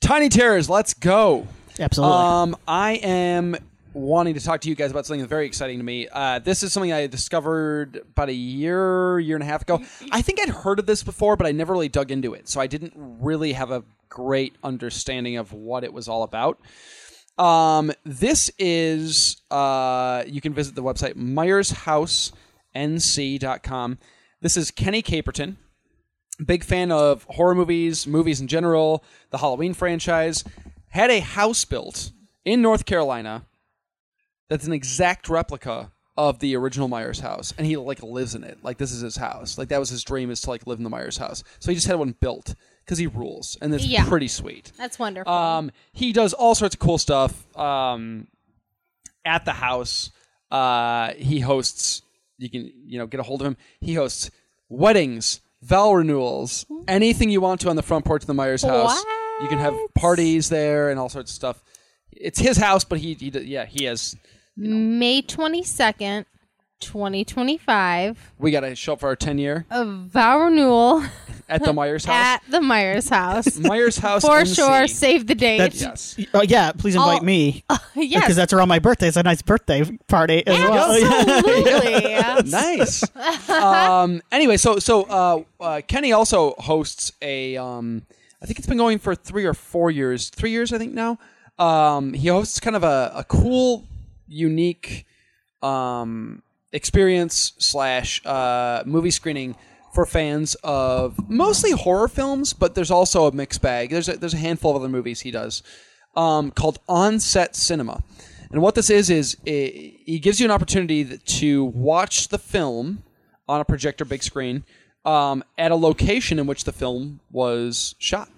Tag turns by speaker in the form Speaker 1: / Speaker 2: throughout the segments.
Speaker 1: Tiny Terrors, let's go.
Speaker 2: Absolutely.
Speaker 1: Um, I am wanting to talk to you guys about something that's very exciting to me. Uh, this is something I discovered about a year, year and a half ago. I think I'd heard of this before, but I never really dug into it, so I didn't really have a great understanding of what it was all about. Um, this is uh, you can visit the website myersHouseNC.com. This is Kenny Caperton, big fan of horror movies, movies in general, the Halloween franchise, had a house built in North Carolina that's an exact replica of the original Myers house, and he like lives in it. Like this is his house. Like that was his dream is to like live in the Myers house. So he just had one built because he rules, and it's
Speaker 3: Yeah.
Speaker 1: pretty sweet.
Speaker 3: That's wonderful.
Speaker 1: Um, he does all sorts of cool stuff um, at the house. Uh, he hosts. You can you know get a hold of him. He hosts weddings, vow renewals, anything you want to on the front porch of the Myers house. You can have parties there and all sorts of stuff. It's his house, but he, he d- yeah he has.
Speaker 3: May 22nd, 2025,
Speaker 1: We got to show up for our ten year
Speaker 3: a vow renewal
Speaker 1: at the Myers house.
Speaker 3: Oh, at the Myers house.
Speaker 1: Myers house
Speaker 3: For
Speaker 1: NC.
Speaker 3: sure, save the date.
Speaker 2: That's-
Speaker 1: Yes.
Speaker 2: oh yeah, please invite
Speaker 3: I'll-
Speaker 2: me
Speaker 3: yes.
Speaker 2: because that's around my birthday. It's a nice birthday party as well.
Speaker 3: Absolutely.
Speaker 1: nice. um, anyway, so so uh, uh, Kenny also hosts a. Um, I think it's been going for three or four years. Three years, I think now. Um, he hosts kind of a, a cool, unique um, experience slash uh, movie screening for fans of mostly horror films, but there's also a mixed bag. There's a, there's a handful of other movies he does um, called On Set Cinema. And what this is is it, he gives you an opportunity th- to watch the film on a projector big screen um, at a location in which the film was shot.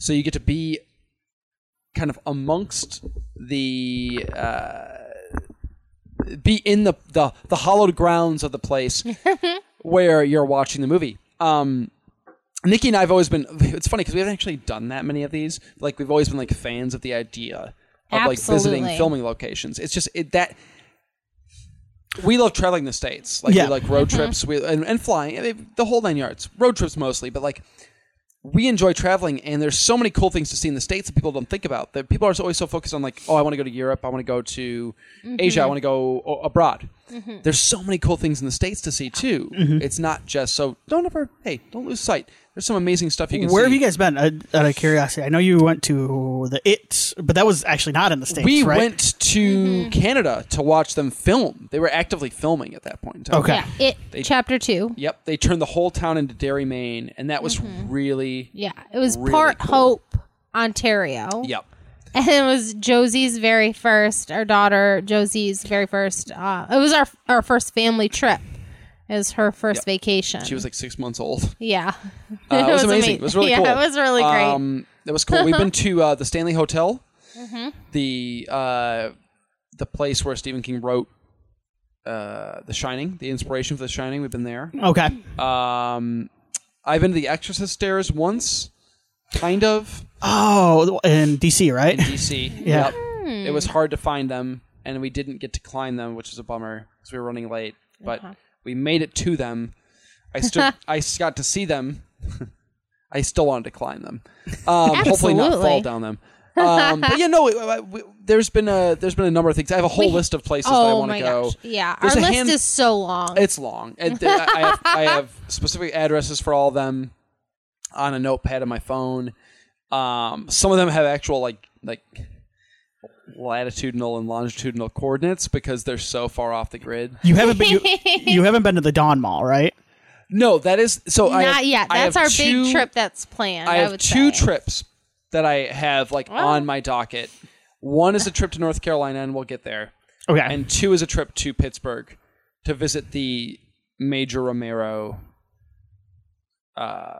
Speaker 1: So you get to be kind of amongst the uh, be in the the, the hallowed grounds of the place where you're watching the movie. Um, Nikki and I have always been. It's funny because we haven't actually done that many of these. Like we've always been like fans of the idea of like visiting
Speaker 3: Absolutely.
Speaker 1: filming locations. It's just it, that we love traveling the states. Like
Speaker 2: Yeah.
Speaker 1: we like road trips. We and, and flying I mean, the whole nine yards. Road trips mostly, but like we enjoy traveling and there's so many cool things to see in the states that people don't think about that people are always so focused on like oh i want to go to europe i want to go to
Speaker 3: Mm-hmm.
Speaker 1: asia i want to go o- abroad there's so many cool things in the states to see too
Speaker 2: Mm-hmm.
Speaker 1: it's not just so don't ever hey don't lose sight there's some amazing stuff you can
Speaker 2: Where
Speaker 1: see
Speaker 2: have you guys been? Uh, out of curiosity, I know you went to the It, but that was actually not in the states.
Speaker 1: we
Speaker 2: right?
Speaker 1: went to
Speaker 3: Mm-hmm.
Speaker 1: canada to watch them film they were actively filming at that point in time
Speaker 2: Okay.
Speaker 3: Yeah. It chapter 2.
Speaker 1: yep they turned the whole town into dairy maine and that was really
Speaker 3: Mm-hmm. Yeah. It was
Speaker 1: Really
Speaker 3: Port
Speaker 1: cool.
Speaker 3: Hope, Ontario.
Speaker 1: yep
Speaker 3: and it was Josie's very first, our daughter Josie's very first. Uh, it was our our first family trip. It was her first
Speaker 1: Yep.
Speaker 3: vacation.
Speaker 1: she was like six months old
Speaker 3: yeah,
Speaker 1: Uh, it, was amazing.
Speaker 3: ama-
Speaker 1: It was really
Speaker 3: yeah,
Speaker 1: cool.
Speaker 3: it was really great.
Speaker 1: Um, it was cool. We've been to uh, the Stanley Hotel,
Speaker 3: Mm-hmm.
Speaker 1: the uh, the place where Stephen King wrote uh, The Shining, the inspiration for The Shining. We've been there.
Speaker 2: Okay.
Speaker 1: Um, I've been to the Exorcist stairs once, kind of
Speaker 2: Oh, in DC, right?
Speaker 1: in DC.
Speaker 2: Yeah.
Speaker 1: Yep.
Speaker 3: Hmm.
Speaker 1: It was hard to find them, and we didn't get to climb them, which is a bummer because we were running late.
Speaker 3: Uh-huh.
Speaker 1: But we made it to them. I stood. I s- got to see them. I still wanted to climb them. Um, hopefully not fall
Speaker 3: Absolutely.
Speaker 1: down them. Um, but yeah, no. I- I- we- there's been a there's been a number of things. I have a whole list of places that I
Speaker 3: oh
Speaker 1: want to
Speaker 3: my
Speaker 1: go.
Speaker 3: gosh, yeah,
Speaker 1: There's
Speaker 3: our
Speaker 1: a
Speaker 3: list
Speaker 1: hand-
Speaker 3: is so long.
Speaker 1: It's long. And th- I, have, I have specific addresses for all of them on a notepad on my phone. Um, some of them have actual like like latitudinal and longitudinal coordinates because they're so far off the grid.
Speaker 2: You haven't been. You, you haven't been to the Dawn Mall, right?
Speaker 1: No, that is so. I
Speaker 3: not
Speaker 1: have-
Speaker 3: yet.
Speaker 1: I
Speaker 3: That's
Speaker 1: have
Speaker 3: our
Speaker 1: two-
Speaker 3: big trip that's planned.
Speaker 1: I
Speaker 3: I,
Speaker 1: have
Speaker 3: would
Speaker 1: two
Speaker 3: say.
Speaker 1: trips that I have like on my docket. One is a trip to North Carolina, and we'll get there.
Speaker 2: Okay.
Speaker 1: and two is a trip to Pittsburgh to visit the Major Romero uh,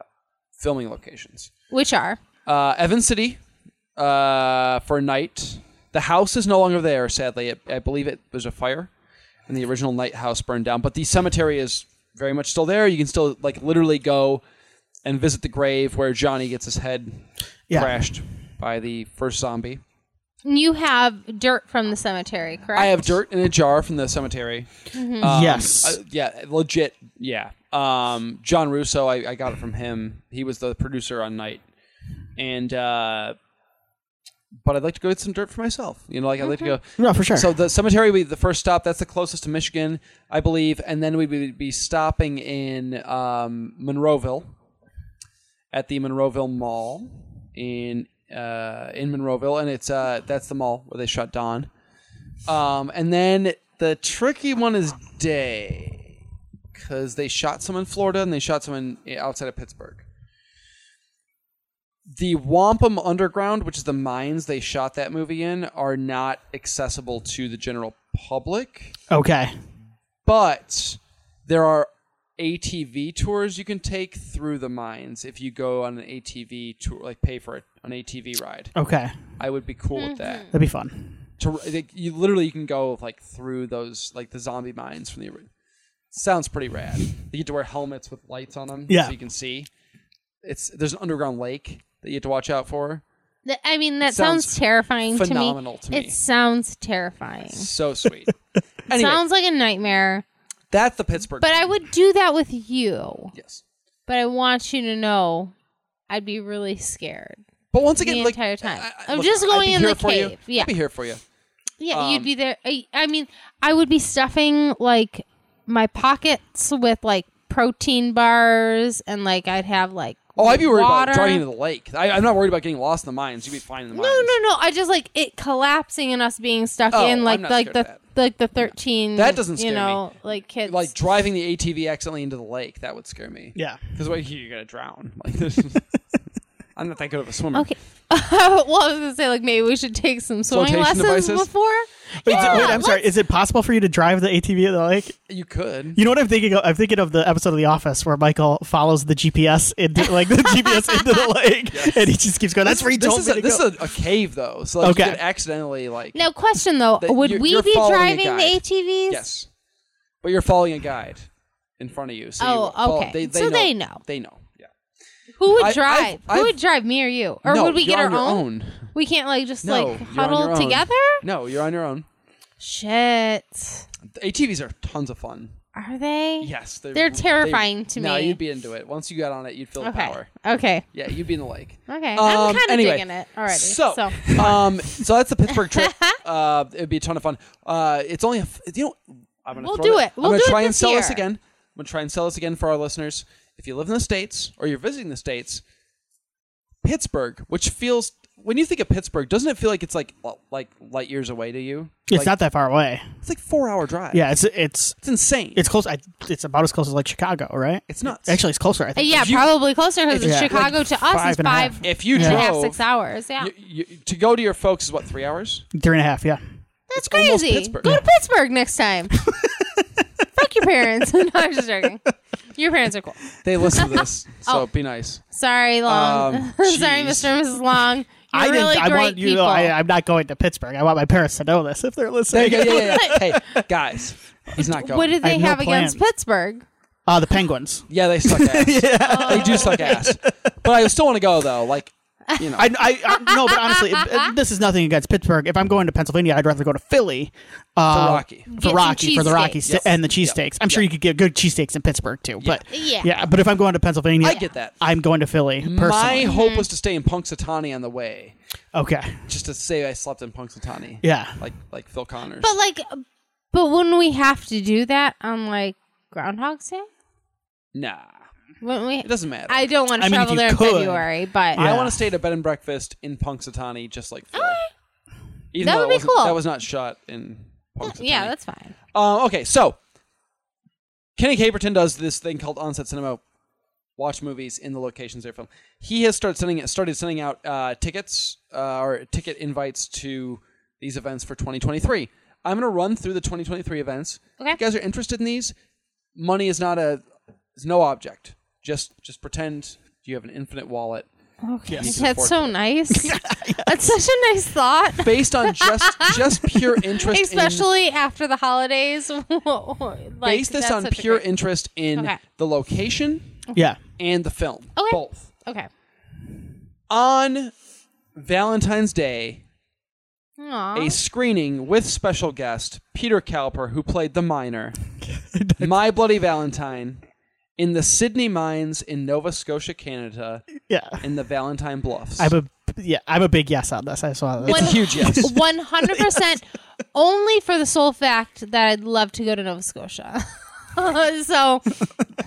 Speaker 1: filming locations.
Speaker 3: which are
Speaker 1: Uh, Evan City uh, for a night. The house is no longer there, sadly. It, I believe it was a fire, and the original night house burned down. But the cemetery is very much still there. You can still like literally go and visit the grave where Johnny gets his head
Speaker 2: Yeah.
Speaker 1: crashed by the first zombie.
Speaker 3: you have dirt from the cemetery, correct?
Speaker 1: I have dirt in a jar from the cemetery.
Speaker 2: yes.
Speaker 1: Uh, yeah, legit. Yeah. Um, John Russo, I, I got it from him. He was the producer on Night, and uh, but I'd like to go get some dirt for myself. You know, like I'd like to go.
Speaker 2: No, for sure.
Speaker 1: So the cemetery would be the first stop. That's the closest to Michigan, I believe. And then we would be stopping in um, Monroeville at the Monroeville Mall in uh, in Monroeville, and it's uh, that's the mall where they shut down. Um, and then the tricky one is day because they shot some in Florida and they shot some in, outside of Pittsburgh. The Wampum Underground, which is the mines they shot that movie in, are not accessible to the general public
Speaker 2: okay.
Speaker 1: but there are ATV tours you can take through the mines if you go on an ATV tour, like pay for it, an ATV ride.
Speaker 2: Okay.
Speaker 1: I would be cool with that.
Speaker 2: That'd be fun.
Speaker 1: To, like, you literally you can go like through those like the zombie mines from the. ori- Sounds pretty rad. You get to wear helmets with lights on them,
Speaker 2: Yeah.
Speaker 1: so you can see. It's there's an underground lake that you have to watch out for.
Speaker 3: Th- I mean, that
Speaker 1: Sounds
Speaker 3: sounds, terrifying to me.
Speaker 1: phenomenal to me.
Speaker 3: It sounds terrifying.
Speaker 1: So sweet. anyway,
Speaker 3: Sounds like a nightmare.
Speaker 1: that's the Pittsburgh.
Speaker 3: But I would do that with you.
Speaker 1: yes.
Speaker 3: But I want you to know, I'd be really scared.
Speaker 1: But once again,
Speaker 3: the
Speaker 1: like
Speaker 3: entire time.
Speaker 1: I- I-
Speaker 3: I'm
Speaker 1: look,
Speaker 3: just going
Speaker 1: I'd be
Speaker 3: in
Speaker 1: here
Speaker 3: the
Speaker 1: for you.
Speaker 3: cave. Yeah.
Speaker 1: I'd be here for you.
Speaker 3: Yeah,
Speaker 1: Um,
Speaker 3: you'd be there. I, I mean, I would be stuffing like my pockets with like protein bars, and like I'd have like
Speaker 1: Oh, I'd be worried
Speaker 3: water.
Speaker 1: about driving to the lake. I, I'm not worried about getting lost in the mines. You'd be fine in the mines.
Speaker 3: No, no, no. I just like it collapsing and us being stuck
Speaker 1: Oh,
Speaker 3: in like
Speaker 1: I'm not
Speaker 3: like
Speaker 1: scared
Speaker 3: the
Speaker 1: of
Speaker 3: like the thirteen.
Speaker 1: That doesn't scare
Speaker 3: you know like kids.
Speaker 1: Like driving the ATV accidentally into the lake, that would scare me.
Speaker 2: Yeah.
Speaker 1: Because what you're gonna drown. Like this. I'm not that good of a swimmer.
Speaker 3: okay. well, I was gonna say like maybe we should take some swimming
Speaker 1: Flotation
Speaker 3: lessons
Speaker 1: devices?
Speaker 3: before.
Speaker 2: Wait,
Speaker 3: Yeah,
Speaker 2: d- wait, I'm sorry. Is it possible for you to drive the ATV at the lake?
Speaker 1: You could.
Speaker 2: You know what I'm thinking? Of? I'm thinking of the episode of The Office where Michael follows the GPS into like the GPS into the lake, and he just keeps going. That's where he
Speaker 1: This
Speaker 2: told
Speaker 1: is,
Speaker 2: me
Speaker 1: a,
Speaker 2: to
Speaker 1: this
Speaker 2: go.
Speaker 1: is a, a cave though, so like
Speaker 2: Okay.
Speaker 1: you could accidentally like
Speaker 3: Now, question though,
Speaker 1: That
Speaker 3: would
Speaker 1: you're-
Speaker 3: we
Speaker 1: you're
Speaker 3: be
Speaker 1: following a
Speaker 3: driving the
Speaker 1: guide.
Speaker 3: ATVs?
Speaker 1: yes, but you're following a guide in front of you. So
Speaker 3: Oh,
Speaker 1: you, follow-
Speaker 3: okay.
Speaker 1: They, they
Speaker 3: So
Speaker 1: know,
Speaker 3: they know.
Speaker 1: They know. Yeah.
Speaker 3: Who would
Speaker 1: I-
Speaker 3: drive?
Speaker 1: I've-
Speaker 3: Who would
Speaker 1: I've-
Speaker 3: drive? Me or you? Or
Speaker 1: No,
Speaker 3: would we
Speaker 1: you're on
Speaker 3: get our
Speaker 1: your
Speaker 3: own?
Speaker 1: own?
Speaker 3: We can't like just
Speaker 1: No,
Speaker 3: like
Speaker 1: you're on
Speaker 3: huddle
Speaker 1: your own.
Speaker 3: together.
Speaker 1: No, you're on your own.
Speaker 3: Shit,
Speaker 1: The ATVs are tons of fun.
Speaker 3: are they?
Speaker 1: Yes, they're,
Speaker 3: They're terrifying to
Speaker 1: No,
Speaker 3: me.
Speaker 1: you'd be into it. Once you got on it, you'd feel the
Speaker 3: Okay.
Speaker 1: power.
Speaker 3: Okay.
Speaker 1: Yeah, you'd be in the lake.
Speaker 3: Okay.
Speaker 1: Um,
Speaker 3: I'm kind of
Speaker 1: anyway,
Speaker 3: digging it already.
Speaker 1: So,
Speaker 3: So,
Speaker 1: um, so that's the Pittsburgh trip. Uh, it'd be a ton of fun. Uh, it's only a f- you know. I'm gonna
Speaker 3: We'll
Speaker 1: throw
Speaker 3: do
Speaker 1: that-
Speaker 3: it. We'll
Speaker 1: I'm gonna
Speaker 3: do it
Speaker 1: try and
Speaker 3: this
Speaker 1: sell this
Speaker 3: year.
Speaker 1: again. I'm gonna try and sell this again for our listeners. If you live in the states or you're visiting the states, Pittsburgh, which feels when you think of Pittsburgh, doesn't it feel like it's like well, like light years away to you?
Speaker 2: It's
Speaker 1: like,
Speaker 2: not that far away.
Speaker 1: It's like four hour drive.
Speaker 2: Yeah, it's it's
Speaker 1: it's insane.
Speaker 2: it's close. I, it's about as close as like Chicago, right?
Speaker 1: it's nuts.
Speaker 2: Actually, it's closer. I think.
Speaker 3: Uh, yeah,
Speaker 1: if you-
Speaker 3: probably closer because
Speaker 2: Yeah.
Speaker 3: Chicago to us
Speaker 2: five
Speaker 3: is
Speaker 2: and a half.
Speaker 3: five
Speaker 1: if you
Speaker 3: and a half,
Speaker 1: drove
Speaker 3: six hours. Yeah,
Speaker 1: you- you- to go to your folks is what three hours?
Speaker 2: three and a half. Yeah.
Speaker 1: That's it's almost
Speaker 3: crazy.
Speaker 1: Pittsburgh.
Speaker 3: Go to Pittsburgh next time. Fuck your parents. no, I'm just joking. Your parents are cool.
Speaker 1: They listen to this, so
Speaker 3: Oh.
Speaker 1: be nice.
Speaker 3: Sorry, Long.
Speaker 1: Um,
Speaker 3: Sorry,
Speaker 1: jeez.
Speaker 3: Mr. and Mrs. Long. You're
Speaker 2: I didn't.
Speaker 3: really
Speaker 2: I
Speaker 3: great
Speaker 2: want you. To,
Speaker 3: people.
Speaker 2: know, I, I'm not going to Pittsburgh. I want my parents to know this if they're
Speaker 1: There you
Speaker 2: listening.
Speaker 1: go. Yeah, yeah, yeah. hey, guys, he's not going.
Speaker 3: what did
Speaker 2: I
Speaker 3: they
Speaker 2: have no
Speaker 3: have against
Speaker 2: plans.
Speaker 3: Pittsburgh?
Speaker 2: Uh, the Penguins.
Speaker 1: yeah, they suck ass. They do suck ass. But I still want to go though. Like, you know,
Speaker 2: I, I, I no, but honestly, it- it- this is nothing against Pittsburgh. If I'm going to Pennsylvania, I'd rather go to Philly uh,
Speaker 1: For Rocky.
Speaker 3: Get
Speaker 2: for
Speaker 3: some
Speaker 2: Rocky for the
Speaker 3: cheesesteaks.
Speaker 2: Rocky sta-
Speaker 1: Yes.
Speaker 2: and the
Speaker 1: Yeah.
Speaker 2: cheesesteaks. I'm sure you could get good cheesesteaks in Pittsburgh too, but
Speaker 3: Yeah.
Speaker 2: but if I'm going to Pennsylvania,
Speaker 1: I get that.
Speaker 2: I'm going to Philly
Speaker 1: my
Speaker 2: personally.
Speaker 1: hope was to stay in Punxsutawney on the way,
Speaker 2: okay,
Speaker 1: just to say I slept in Punxsutawney.
Speaker 2: yeah,
Speaker 1: like like Phil Connors.
Speaker 3: But like, but wouldn't we have to do that on like Groundhog's Day?
Speaker 1: nah,
Speaker 3: Wouldn't we?
Speaker 1: it doesn't matter.
Speaker 3: I don't want
Speaker 2: I
Speaker 3: to
Speaker 2: mean, if
Speaker 3: travel
Speaker 2: you
Speaker 3: there in
Speaker 2: could.
Speaker 3: February, but
Speaker 1: I
Speaker 2: Yeah.
Speaker 1: want to stay at a bed and breakfast in Punxsutawney, just like Phil. Even
Speaker 3: That
Speaker 1: though
Speaker 3: would
Speaker 1: it
Speaker 3: be
Speaker 1: wasn't-
Speaker 3: cool.
Speaker 1: That was not shot in Punxsutawney.
Speaker 3: yeah, that's fine.
Speaker 1: Um, okay, so Kenny Caperton does this thing called Onset Cinema. Watch movies in the locations they're filmed. He has started sending started sending out uh, tickets uh, or ticket invites to these events for 2023. I'm going to run through the 2023 events.
Speaker 3: Okay.
Speaker 1: If you guys are interested in these, money is not a is no object. Just just pretend you have an infinite wallet.
Speaker 3: Okay,
Speaker 1: Yes.
Speaker 3: that's so nice. That's such a nice thought.
Speaker 1: Based on just just pure interest in-
Speaker 3: Especially after the holidays. like,
Speaker 1: base this
Speaker 3: that's
Speaker 1: on
Speaker 3: such a
Speaker 1: pure
Speaker 3: great-
Speaker 1: interest in
Speaker 3: Okay.
Speaker 1: the location
Speaker 2: yeah.
Speaker 1: and the film.
Speaker 3: Okay.
Speaker 1: Both.
Speaker 3: Okay.
Speaker 1: on Valentine's Day,
Speaker 3: Aww.
Speaker 1: a screening with special guest Peter Cowper, who played the miner, My Bloody Valentine, in the Sydney Mines in Nova Scotia, Canada,
Speaker 2: Yeah,
Speaker 1: in the Valentine Bluffs.
Speaker 2: I'm a yeah, I'm a big yes on this. I saw this.
Speaker 1: It's a huge yes.
Speaker 3: One hundred percent, only for the sole fact that I'd love to go to Nova Scotia. so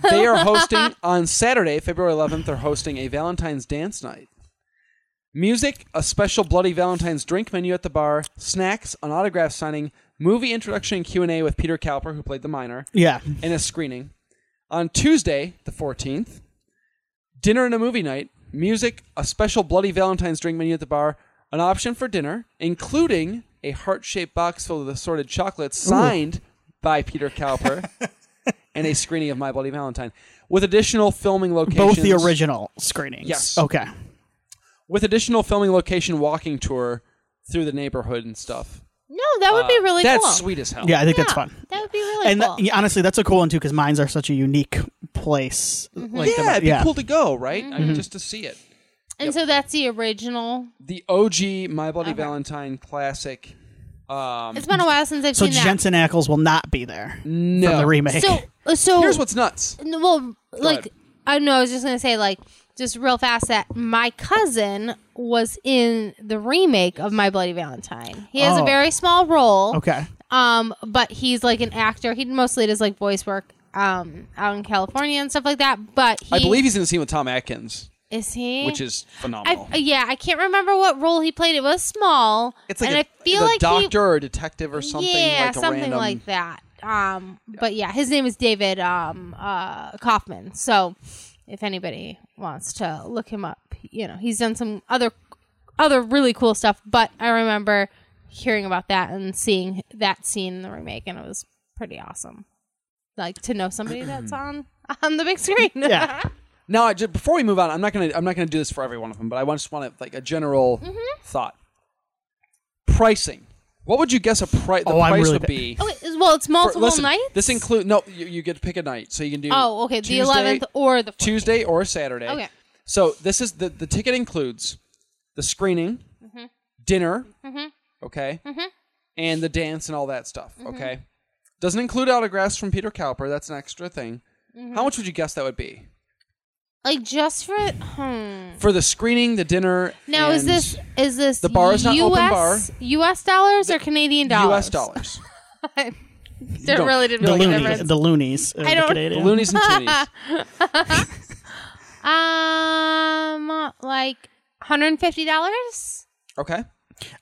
Speaker 1: they are hosting on Saturday, February 11th. They're hosting a Valentine's dance night. Music, a special bloody Valentine's drink menu at the bar, snacks, an autograph signing, movie introduction and Q and A with Peter Cowper, who played the minor,
Speaker 2: Yeah,
Speaker 1: and a screening. On Tuesday, the 14th, dinner and a movie night, music, a special bloody Valentine's drink menu at the bar, an option for dinner, including a heart-shaped box filled with assorted chocolates signed by Peter Cowper, and a screening of My Bloody Valentine, with additional filming locations.
Speaker 2: both the original screenings.
Speaker 1: Yes.
Speaker 2: Okay.
Speaker 1: With additional filming location walking tour through the neighborhood and stuff.
Speaker 3: no, that would be really
Speaker 1: Uh, That's
Speaker 3: cool.
Speaker 1: sweet as hell.
Speaker 2: Yeah, I think
Speaker 3: Yeah,
Speaker 2: that's fun.
Speaker 3: That would be really
Speaker 2: And
Speaker 3: cool.
Speaker 2: th- yeah, honestly, that's a cool one too because mines are such a unique place.
Speaker 3: Mm-hmm.
Speaker 2: Like,
Speaker 1: Yeah, it'd be
Speaker 2: yeah.
Speaker 1: cool to go, right? I mean, just to see it.
Speaker 3: and so that's the original.
Speaker 1: the OG My Bloody Valentine classic. Um,
Speaker 3: It's been a while since I've
Speaker 2: So
Speaker 3: seen
Speaker 2: Jensen Ackles will not be there
Speaker 1: no.
Speaker 2: from the remake.
Speaker 3: that. So uh, so
Speaker 1: Here's what's nuts.
Speaker 3: N- well like
Speaker 1: ahead.
Speaker 3: i know i was just gonna say like just real fast that my cousin was in the remake of my bloody valentine he has
Speaker 2: Oh.
Speaker 3: a very small role
Speaker 2: okay.
Speaker 3: um but he's like an actor he mostly does like voice work um out in california and stuff like that but he
Speaker 1: I believe he's in the scene with Tom Atkins,
Speaker 3: is he
Speaker 1: which is phenomenal.
Speaker 3: I, yeah, I can't remember what role he played. It was small,
Speaker 1: it's like
Speaker 3: and
Speaker 1: a,
Speaker 3: I feel
Speaker 1: the
Speaker 3: like
Speaker 1: doctor
Speaker 3: he,
Speaker 1: or a detective or something.
Speaker 3: yeah,
Speaker 1: like a
Speaker 3: something
Speaker 1: random,
Speaker 3: like that. Um, but yeah, his name is David um, uh, Kaufman. So if anybody wants to look him up, you know, he's done some other other really cool stuff. But I remember hearing about that and seeing that scene in the remake, and it was pretty awesome. Like to know somebody that's on on the big screen.
Speaker 2: Yeah.
Speaker 1: Now, I ju- before we move on, I'm not gonna I'm not gonna do this for every one of them, but I wa- just want to like a general
Speaker 3: Mm-hmm.
Speaker 1: thought. Pricing. What would you guess a pri- the
Speaker 2: Oh, I'm
Speaker 1: price
Speaker 2: really
Speaker 1: would
Speaker 2: ba-
Speaker 1: be?
Speaker 3: Oh, wait, well, it's
Speaker 1: for-
Speaker 3: multiple
Speaker 1: listen,
Speaker 3: nights.
Speaker 1: This include no. You, you get to pick a night, so you can do.
Speaker 3: Oh, okay. The
Speaker 1: Tuesday,
Speaker 3: eleventh or the 14th.
Speaker 1: Tuesday or Saturday.
Speaker 3: Okay.
Speaker 1: So this is the the ticket includes the screening,
Speaker 3: Mm-hmm.
Speaker 1: dinner, okay, and the dance and all that stuff.
Speaker 3: Mm-hmm.
Speaker 1: Okay. Doesn't include autographs from Peter Cowper. That's an extra thing.
Speaker 3: Mm-hmm.
Speaker 1: How much would you guess that would be
Speaker 3: Like just for hmm.
Speaker 1: for the screening, the dinner?
Speaker 3: Now is
Speaker 1: and
Speaker 3: this is this
Speaker 1: the bar is not
Speaker 3: US,
Speaker 1: open bar.
Speaker 3: U.S. dollars or Canadian dollars?
Speaker 1: U.S. dollars?
Speaker 3: There
Speaker 1: don't-
Speaker 3: really didn't
Speaker 2: The
Speaker 3: make a
Speaker 2: loonies.
Speaker 3: difference.
Speaker 2: The loonies. uh,
Speaker 3: I don't-
Speaker 2: the Canadian.
Speaker 1: The loonies and tinnies.
Speaker 3: Um, like one hundred and fifty dollars.
Speaker 1: Okay.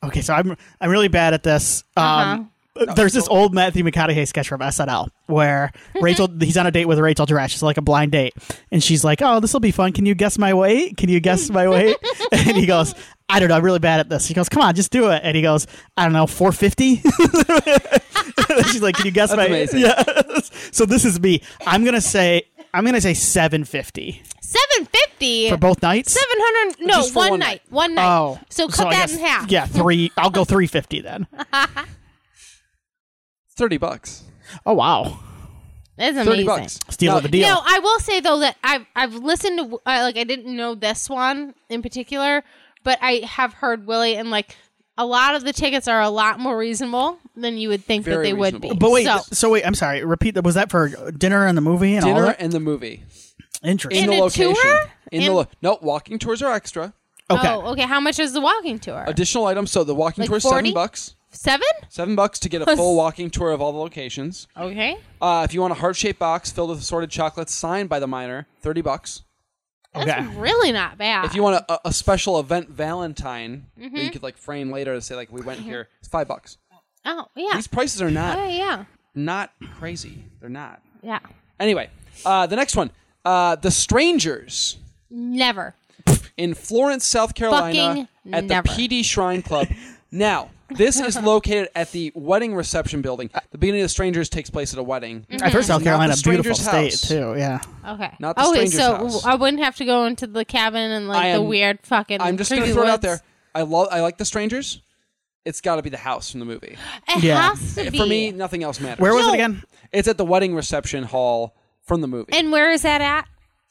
Speaker 2: Okay, so I'm I'm really bad at this. Um,
Speaker 3: Uh-huh.
Speaker 2: There's this old Matthew McConaughey sketch from SNL where Rachel he's on a date with Rachel Dratch. It's like a blind date, and she's like, "Oh, this will be fun. Can you guess my weight? Can you guess my weight?" and he goes, "I don't know. I'm really bad at this." She goes, "Come on, just do it." And he goes, "I don't know, 450." she's like, "Can you guess my?"
Speaker 1: amazing.
Speaker 2: Yeah. so this is me. I'm gonna say I'm gonna say 750
Speaker 3: Seven fifty
Speaker 2: for
Speaker 3: Seven
Speaker 2: both nights.
Speaker 3: hundred. No,
Speaker 1: Just for
Speaker 3: one,
Speaker 1: one
Speaker 3: night. One night.
Speaker 2: Oh,
Speaker 3: so cut
Speaker 2: I
Speaker 3: that
Speaker 2: guess-
Speaker 3: in half.
Speaker 2: Yeah, three. I'll go 350 then.
Speaker 1: Thirty bucks.
Speaker 2: Oh wow.
Speaker 3: that's
Speaker 1: Thirty
Speaker 3: amazing.
Speaker 1: bucks.
Speaker 2: Steal
Speaker 1: Now,
Speaker 2: of a deal.
Speaker 3: No, I will say though that I've I've listened to uh, like I didn't know this one in particular, but I have heard Willie and like a lot of the tickets are a lot more reasonable than you would think that
Speaker 1: Very
Speaker 3: they would
Speaker 1: reasonable.
Speaker 3: be.
Speaker 2: But wait,
Speaker 3: so,
Speaker 2: so, wait, I'm sorry. Repeat that. Was that for dinner and the movie and all
Speaker 1: Dinner
Speaker 2: that?
Speaker 1: and the movie in
Speaker 2: Interesting.
Speaker 3: And
Speaker 1: the
Speaker 3: a
Speaker 1: location.
Speaker 3: tour?
Speaker 1: In, the
Speaker 3: And-
Speaker 1: lo- no walking tours are extra.
Speaker 2: okay.
Speaker 3: oh, okay. How much is the walking tour?
Speaker 1: Additional items. So the walking
Speaker 3: Like
Speaker 1: tour is
Speaker 3: 40?
Speaker 1: seven bucks.
Speaker 3: Seven?
Speaker 1: Seven bucks to get a full walking tour of all the locations.
Speaker 3: Okay.
Speaker 1: Uh, if you want a heart shaped box filled with assorted chocolates signed by the miner, thirty bucks.
Speaker 3: That's
Speaker 2: Okay.
Speaker 3: really not bad.
Speaker 1: If you want a, a special event Valentine
Speaker 3: Mm-hmm.
Speaker 1: that you could like frame later to say like we went here, it's five bucks.
Speaker 3: oh yeah.
Speaker 1: These prices are
Speaker 3: Oh
Speaker 1: not
Speaker 3: yeah.
Speaker 1: not crazy. They're not.
Speaker 3: Yeah.
Speaker 1: Anyway, uh, the next one, uh, the Strangers
Speaker 3: Never.
Speaker 1: in Florence, South Carolina,
Speaker 3: Fucking
Speaker 1: at
Speaker 3: never.
Speaker 1: the PD Shrine Club. now, this is located at the wedding reception building. The beginning of the Strangers takes place at a wedding.
Speaker 3: Mm-hmm.
Speaker 2: I've heard South
Speaker 1: Not
Speaker 2: Carolina,
Speaker 1: the
Speaker 2: beautiful state
Speaker 1: stranger's house.
Speaker 2: too. Yeah.
Speaker 3: Okay.
Speaker 1: Not the
Speaker 3: okay,
Speaker 1: stranger's
Speaker 3: so
Speaker 1: house.
Speaker 3: I wouldn't have to go into the cabin and like
Speaker 1: I
Speaker 3: the
Speaker 1: am-
Speaker 3: weird fucking.
Speaker 1: I'm just
Speaker 3: creepy
Speaker 1: gonna throw it out there.
Speaker 3: woods.
Speaker 1: I love. I like the strangers. It's got to be the house from the movie.
Speaker 3: It
Speaker 2: Yeah.
Speaker 3: has to be
Speaker 1: For me, nothing else matters.
Speaker 2: Where was
Speaker 3: No.
Speaker 2: it again?
Speaker 1: It's at the wedding reception hall from the movie
Speaker 3: And where is that at?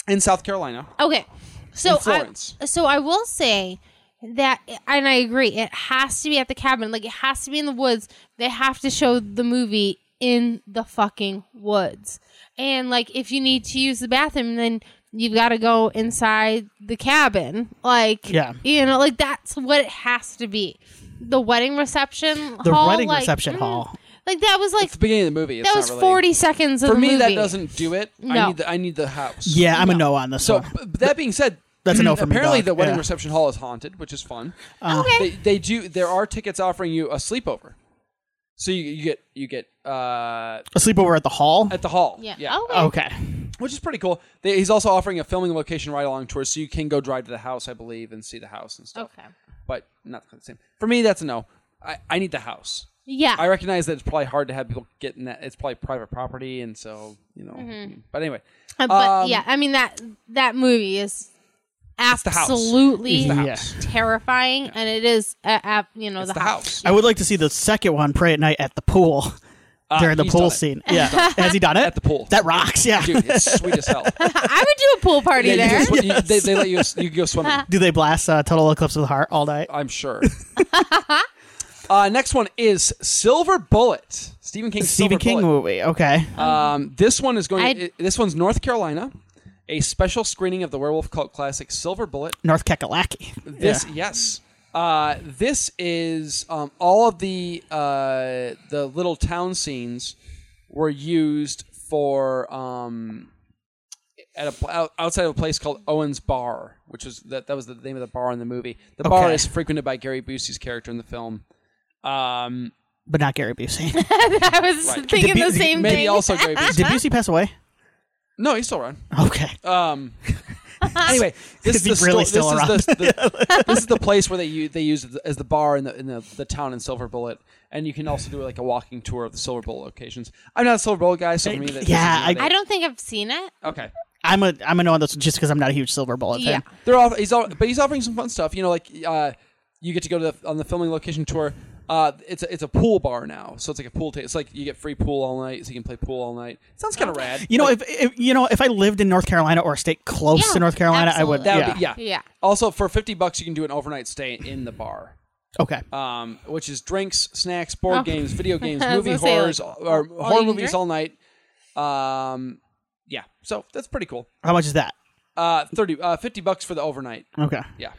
Speaker 1: in South Carolina.
Speaker 3: Okay. So
Speaker 1: In Florence.
Speaker 3: I, so I will say that and I agree, it has to be at the cabin. Like it has to be in the woods. They have to show the movie in the fucking woods. And like if you need to use the bathroom then you've got to go inside the cabin. Like,
Speaker 2: Yeah.
Speaker 3: you know, like that's what it has to be. The wedding reception
Speaker 2: The
Speaker 3: hall,
Speaker 2: wedding
Speaker 3: like,
Speaker 2: reception
Speaker 3: mm,
Speaker 2: hall.
Speaker 3: Like that was like
Speaker 1: It's the beginning of the movie. It's
Speaker 3: that
Speaker 1: not
Speaker 3: was
Speaker 1: really-
Speaker 3: forty seconds of
Speaker 1: For
Speaker 3: the
Speaker 1: me, that
Speaker 3: movie.
Speaker 1: doesn't do it. I
Speaker 3: No.
Speaker 1: need the, I need the house.
Speaker 2: Yeah, I'm a no on this
Speaker 1: So
Speaker 2: one.
Speaker 1: but that being said,
Speaker 2: That's a no for me,
Speaker 1: apparently
Speaker 2: dog.
Speaker 1: the wedding
Speaker 2: Yeah.
Speaker 1: reception hall is haunted, which is fun.
Speaker 3: Um, okay.
Speaker 1: uh, They, they do. There are tickets offering you a sleepover. So you, you get you get uh,
Speaker 2: A sleepover at the hall.
Speaker 1: at the hall.
Speaker 3: yeah. Oh, Okay.
Speaker 2: Okay.
Speaker 1: which is pretty cool. They, he's also offering a filming location right along tour, so you can go drive to the house, I believe, and see the house and stuff.
Speaker 3: Okay.
Speaker 1: But not the same. For me, that's a no. I, I need the house.
Speaker 3: Yeah.
Speaker 1: I recognize that it's probably hard to have people get in that. It's probably private property, and so you know. But anyway,
Speaker 3: Uh, but
Speaker 1: Um,
Speaker 3: yeah, I mean that that movie is
Speaker 1: the house.
Speaker 3: absolutely
Speaker 1: it's the
Speaker 2: Yeah.
Speaker 1: house.
Speaker 3: terrifying, and it is uh, uh, you know
Speaker 1: It's
Speaker 3: the,
Speaker 1: the house.
Speaker 2: I would like to see the second one, Pray at Night at the pool during
Speaker 1: Ah,
Speaker 2: the
Speaker 1: he's
Speaker 2: pool
Speaker 1: done it.
Speaker 2: scene. Yeah. Has he done it?
Speaker 1: At the pool.
Speaker 2: That rocks. Yeah.
Speaker 1: Dude, it's sweet as hell.
Speaker 3: I would do a pool party
Speaker 1: Yeah, you
Speaker 3: there.
Speaker 1: can sw- you- they, they let you you can go swimming.
Speaker 2: Do they blast uh, Total Eclipse of the Heart all night?
Speaker 1: I'm sure. uh, next one is Silver Bullet. Stephen King's Silver
Speaker 2: Stephen King
Speaker 1: Bullet.
Speaker 2: movie. Okay.
Speaker 1: Um, this one is going.
Speaker 3: I'd-
Speaker 1: this one's North Carolina. A special screening of the werewolf cult classic Silver Bullet.
Speaker 2: North Kekalaki.
Speaker 1: This yes. Uh, this is um, all of the uh, the little town scenes were used for um, at a pl- out- outside of a place called Owen's Bar, which was that that was the name of the bar in the movie. The bar
Speaker 2: Okay.
Speaker 1: is frequented by Gary Busey's character in the film. Um,
Speaker 2: but not Gary Busey.
Speaker 3: I was
Speaker 1: Right.
Speaker 3: thinking
Speaker 2: Did
Speaker 3: the
Speaker 2: be-
Speaker 3: same
Speaker 1: maybe
Speaker 3: thing.
Speaker 1: also Gary Busey.
Speaker 2: Did Busey pass away?
Speaker 1: No, he's still around.
Speaker 2: Okay.
Speaker 1: Um. anyway, this is
Speaker 2: Is he
Speaker 1: the sto-
Speaker 2: really
Speaker 1: this
Speaker 2: still
Speaker 1: is
Speaker 2: around?
Speaker 1: the, the- this is the place where they u- they use it as the bar in the in the, the town in Silver Bullet, and you can also do like a walking tour of the Silver Bullet locations. I'm not a Silver Bullet guy, so for me, that
Speaker 2: Yeah,
Speaker 1: doesn't really-
Speaker 3: I don't think I've seen it.
Speaker 1: Okay,
Speaker 2: I'm a I'm a no on this just because I'm not a huge Silver Bullet
Speaker 3: Yeah.
Speaker 2: fan.
Speaker 1: they're all he's all, but he's offering some fun stuff. You know, like uh, you get to go to the, on the filming location tour. Uh, it's a, it's a pool bar now, so it's like a pool. Ta- it's like you get free pool all night, so you can play pool all night. Sounds kind of rad.
Speaker 2: Oh. You know, if, if you know if I lived in North Carolina or a state close
Speaker 3: Yeah,
Speaker 2: to North Carolina, I
Speaker 1: that
Speaker 2: would.
Speaker 1: would
Speaker 2: Yeah.
Speaker 1: be yeah.
Speaker 3: Yeah.
Speaker 1: Also, for fifty bucks, you can do an overnight stay in the bar.
Speaker 2: Okay.
Speaker 1: um, which is drinks, snacks, board
Speaker 3: Oh.
Speaker 1: games, video games,
Speaker 3: I was
Speaker 1: movie
Speaker 3: gonna say,
Speaker 1: horrors,
Speaker 3: like,
Speaker 1: or
Speaker 3: all
Speaker 1: horror
Speaker 3: you can
Speaker 1: movies
Speaker 3: drink?
Speaker 1: all night. Um, yeah, so that's pretty cool.
Speaker 2: How much is that?
Speaker 1: Uh, 30, uh, 50 bucks for the overnight.
Speaker 2: Okay.
Speaker 1: Yeah.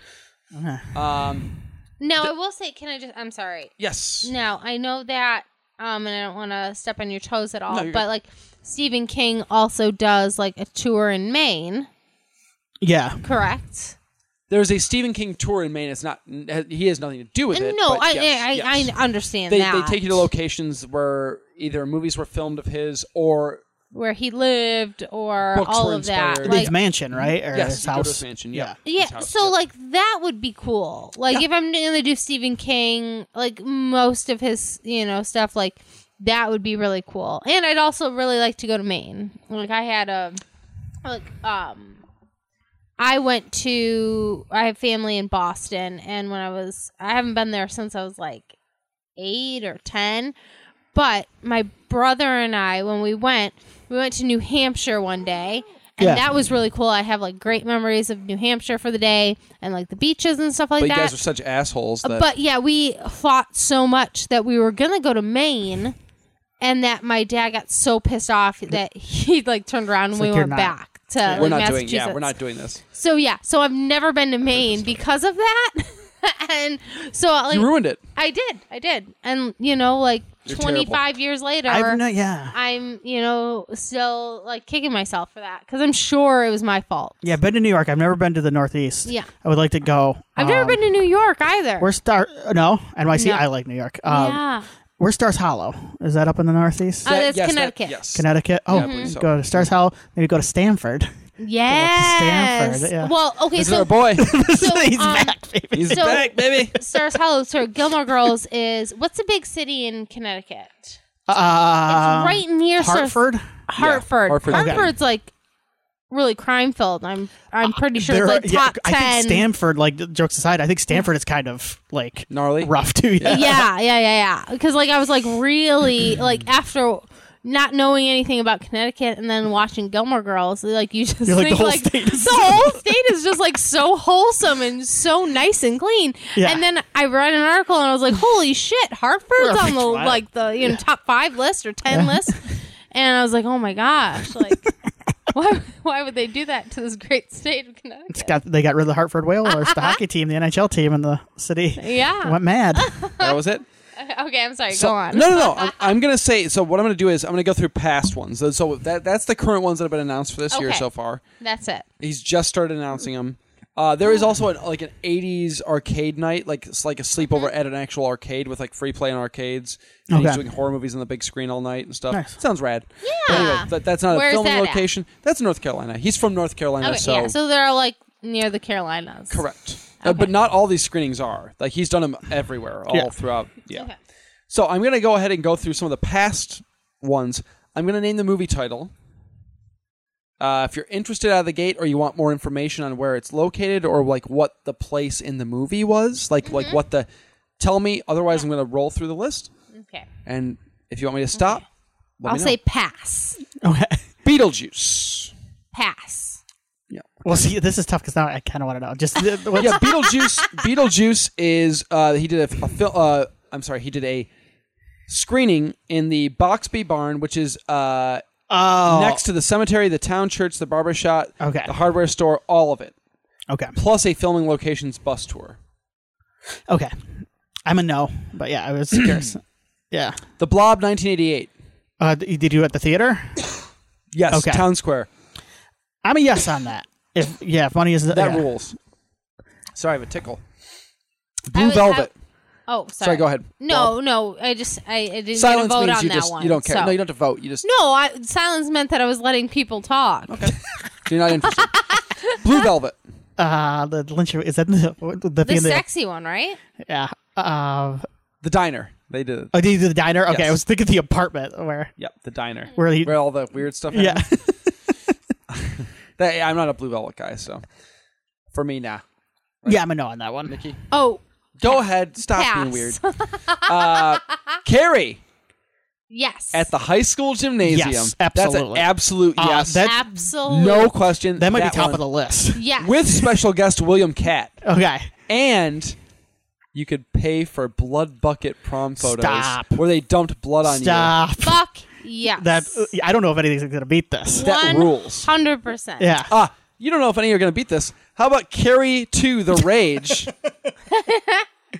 Speaker 2: Okay.
Speaker 1: Um,
Speaker 3: Now I will say, can I just? I'm sorry.
Speaker 1: yes.
Speaker 3: Now I know that, um, and I don't want to step on your toes at all,
Speaker 1: No, you're
Speaker 3: but
Speaker 1: good.
Speaker 3: like Stephen King also does like a tour in Maine,
Speaker 2: Yeah.
Speaker 3: correct?
Speaker 1: There's a Stephen King tour in Maine. It's not. He has nothing to do with it.
Speaker 3: And no,
Speaker 1: but
Speaker 3: I,
Speaker 1: yes,
Speaker 3: I, I,
Speaker 1: yes.
Speaker 3: I understand
Speaker 1: They,
Speaker 3: that
Speaker 1: they take you to locations where either movies were filmed of his or
Speaker 3: where he lived or
Speaker 1: Books
Speaker 3: all
Speaker 1: were
Speaker 3: of that.
Speaker 1: inspired.
Speaker 3: Like,
Speaker 2: his mansion, right? Or
Speaker 1: yes,
Speaker 2: his
Speaker 1: you go to
Speaker 2: house.
Speaker 1: his mansion. Yeah.
Speaker 3: Yeah,
Speaker 1: his house,
Speaker 3: so
Speaker 1: yeah.
Speaker 3: like that would be cool. Like if I'm gonna do Stephen King, like most of his, you know, stuff, like that would be really cool. And I'd also really like to go to Maine. Like I had a, like um, I went to I have family in Boston, and when I was I haven't been there since I was like eight or ten, but my brother and I when we went we went to New Hampshire one day. And
Speaker 2: Yeah.
Speaker 3: that was really cool. I have like great memories of New Hampshire for the day and like the beaches and stuff like
Speaker 1: But you
Speaker 3: that.
Speaker 1: guys are such assholes. That
Speaker 3: But yeah, we fought so much that we were gonna go to Maine, and that my dad got so pissed off that he like turned around and
Speaker 2: like,
Speaker 3: we
Speaker 2: "You're
Speaker 3: went
Speaker 2: not-
Speaker 3: back to like,
Speaker 1: we're not doing.
Speaker 3: uh, Massachusetts.
Speaker 1: Yeah, we're not doing this.
Speaker 3: So yeah, so I've never been to Maine because of that, and so like
Speaker 1: You ruined it.
Speaker 3: I did, I did, and you know like
Speaker 1: You're
Speaker 3: twenty five years later.
Speaker 2: I've not. Yeah.
Speaker 3: I'm, you know, still like kicking myself for that because I'm sure it was my fault.
Speaker 2: Yeah. Been to New York. I've never been to the Northeast.
Speaker 3: Yeah.
Speaker 2: I would like to go.
Speaker 3: I've never
Speaker 2: um,
Speaker 3: been to New York either.
Speaker 2: Where's Star? No, NYC.
Speaker 3: No.
Speaker 2: I like New York. Um,
Speaker 3: yeah,
Speaker 2: Where's Stars Hollow? Is that up in the Northeast?
Speaker 3: Uh,
Speaker 1: That-
Speaker 3: that's
Speaker 1: yes, that-
Speaker 3: Connecticut.
Speaker 1: yes.
Speaker 2: Connecticut. Oh,
Speaker 1: I believe so.
Speaker 2: go to Stars Hollow. Maybe go to Stanford.
Speaker 3: Yes.
Speaker 2: Stanford, yeah.
Speaker 3: Well, okay,
Speaker 1: This is
Speaker 3: so
Speaker 1: our boy.
Speaker 3: So,
Speaker 2: He's
Speaker 3: um,
Speaker 2: back, baby.
Speaker 1: He's
Speaker 3: So-
Speaker 1: back, baby.
Speaker 3: Stars Hollow, so Gilmore Girls is what's a big city in Connecticut?
Speaker 2: Uh,
Speaker 3: right near Stars-
Speaker 2: Hartford.
Speaker 3: Hartford.
Speaker 1: Hartford's-
Speaker 2: Okay.
Speaker 3: Hartford's like really crime filled. I'm I'm pretty sure
Speaker 2: There
Speaker 3: it's
Speaker 2: are-
Speaker 3: like top
Speaker 2: I
Speaker 3: ten.
Speaker 2: think Stanford, like jokes aside, I think Stanford is kind of like
Speaker 1: Gnarly?
Speaker 2: rough too. Yeah.
Speaker 3: yeah, yeah, yeah, yeah. Because like I was like really like after not knowing anything about Connecticut and then watching Gilmore Girls, like you just
Speaker 2: You're like, the
Speaker 3: think
Speaker 2: whole
Speaker 3: like
Speaker 2: state is-
Speaker 3: the whole state is just like so wholesome and so nice and clean.
Speaker 2: Yeah.
Speaker 3: And then I read an article and I was like, holy shit, Hartford's on the
Speaker 2: Wow.
Speaker 3: like the you know top five list or ten list, and I was like, oh my gosh, like why, why would they do that to this great state of Connecticut?
Speaker 2: It's got, they got rid of the Hartford
Speaker 3: Uh-huh.
Speaker 2: Whalers, the hockey team, the NHL team in the city.
Speaker 3: Yeah.
Speaker 2: Went mad.
Speaker 1: That was it.
Speaker 3: okay, I'm sorry.
Speaker 1: So-
Speaker 3: go on.
Speaker 1: No, no, no. I'm, I'm gonna say. So what I'm gonna do is I'm gonna go through past ones. So- So that that's the current ones that have been announced for this year
Speaker 3: Okay.
Speaker 1: so far.
Speaker 3: That's it.
Speaker 1: He's just started announcing them. Uh, there is also an, like an '80s arcade night, like it's like a sleepover
Speaker 3: Mm-hmm.
Speaker 1: at an actual arcade with like free play in arcades. And He's
Speaker 2: Okay.
Speaker 1: doing horror movies on the big screen all night and stuff.
Speaker 2: Nice.
Speaker 1: Sounds rad. Yeah. Anyway, that, that's not
Speaker 3: Where's
Speaker 1: a filming
Speaker 3: that at?
Speaker 1: location. That's North Carolina. He's from North Carolina,
Speaker 3: Okay,
Speaker 1: so,
Speaker 3: yeah. So they're like near the Carolinas.
Speaker 1: correct. Uh, but not all these screenings are. Like he's done them everywhere, all
Speaker 2: Yeah.
Speaker 1: throughout. Yeah.
Speaker 3: Okay.
Speaker 1: So I'm gonna go ahead and go through some of the past ones. I'm gonna name the movie title. Uh, if you're interested out of the gate, or you want more information on where it's located, or like what the place in the movie was, like like what the, tell me. Otherwise, I'm gonna roll through the list,
Speaker 3: Okay.
Speaker 1: and if you want me to stop, let
Speaker 3: I'll
Speaker 1: me
Speaker 3: say pass.
Speaker 2: Okay.
Speaker 1: know. Beetlejuice.
Speaker 3: Pass.
Speaker 1: Yeah,
Speaker 2: Well, see, this is tough because now I kind of want to know. Just uh, the, the-
Speaker 1: yeah. Beetlejuice. Beetlejuice is uh, he did a, a film. Uh, I'm sorry, he did a screening in the Boxby Barn, which is uh,
Speaker 2: oh,
Speaker 1: next to the cemetery, the town church, the barber shop,
Speaker 2: Okay.
Speaker 1: the hardware store, all of it,
Speaker 2: Okay.
Speaker 1: plus a filming locations bus tour.
Speaker 2: Okay. I'm a no, but yeah, I was curious. yeah.
Speaker 1: The Blob, 1988.
Speaker 2: Uh, d- did you do it at the theater?
Speaker 1: Yes,
Speaker 2: Okay.
Speaker 1: town square.
Speaker 2: I'm a yes on that. If yeah, if money is
Speaker 1: That
Speaker 2: yeah.
Speaker 1: rules. Sorry, I have a tickle.
Speaker 3: I
Speaker 1: Blue
Speaker 3: was-
Speaker 1: Velvet.
Speaker 3: Oh, sorry.
Speaker 1: Sorry, go ahead.
Speaker 3: No, no. I just I, I didn't
Speaker 1: Silence
Speaker 3: get a vote
Speaker 1: means
Speaker 3: on
Speaker 1: you
Speaker 3: that
Speaker 1: just
Speaker 3: one.
Speaker 1: you don't care.
Speaker 3: so-
Speaker 1: No, you don't have to vote. You just
Speaker 3: No, I, silence meant that I was letting people talk.
Speaker 1: you're not interested. Blue Velvet.
Speaker 2: Uh, the Lynch is that the the,
Speaker 3: The
Speaker 2: thing that-
Speaker 3: sexy one, right?
Speaker 2: yeah. Uh,
Speaker 1: The diner. They did.
Speaker 2: oh, did you do the diner? Okay,
Speaker 1: Yes.
Speaker 2: I was thinking the apartment where
Speaker 1: Yep, the diner.
Speaker 3: Mm.
Speaker 2: where he
Speaker 1: Where all the weird stuff.
Speaker 2: yeah.
Speaker 1: happened. That- I'm not a Blue Velvet guy, so for me, nah.
Speaker 2: Yeah, I'm a no on that one.
Speaker 1: Mickey,
Speaker 3: Oh,
Speaker 1: go ahead. Stop being
Speaker 3: pass.
Speaker 1: weird. Uh, Carrie.
Speaker 3: yes.
Speaker 1: at the high school gymnasium.
Speaker 2: Yes,
Speaker 1: That's an
Speaker 2: absolutely.
Speaker 1: absolute
Speaker 2: Uh,
Speaker 1: yes.
Speaker 2: that-
Speaker 3: Absolutely.
Speaker 1: no question.
Speaker 2: That might be top
Speaker 1: one.
Speaker 2: of the list.
Speaker 3: Yes.
Speaker 1: With special guest William Cat.
Speaker 2: Okay.
Speaker 1: And you could pay for blood bucket prom photos
Speaker 2: Stop.
Speaker 1: where they dumped blood on
Speaker 2: Stop.
Speaker 3: fuck yes.
Speaker 2: That uh, I don't know if anything's gonna beat this.
Speaker 1: you. That rules.
Speaker 3: Hundred percent.
Speaker 2: Yeah.
Speaker 1: Ah, you don't know if any are going to beat this. How about Carrie to the Rage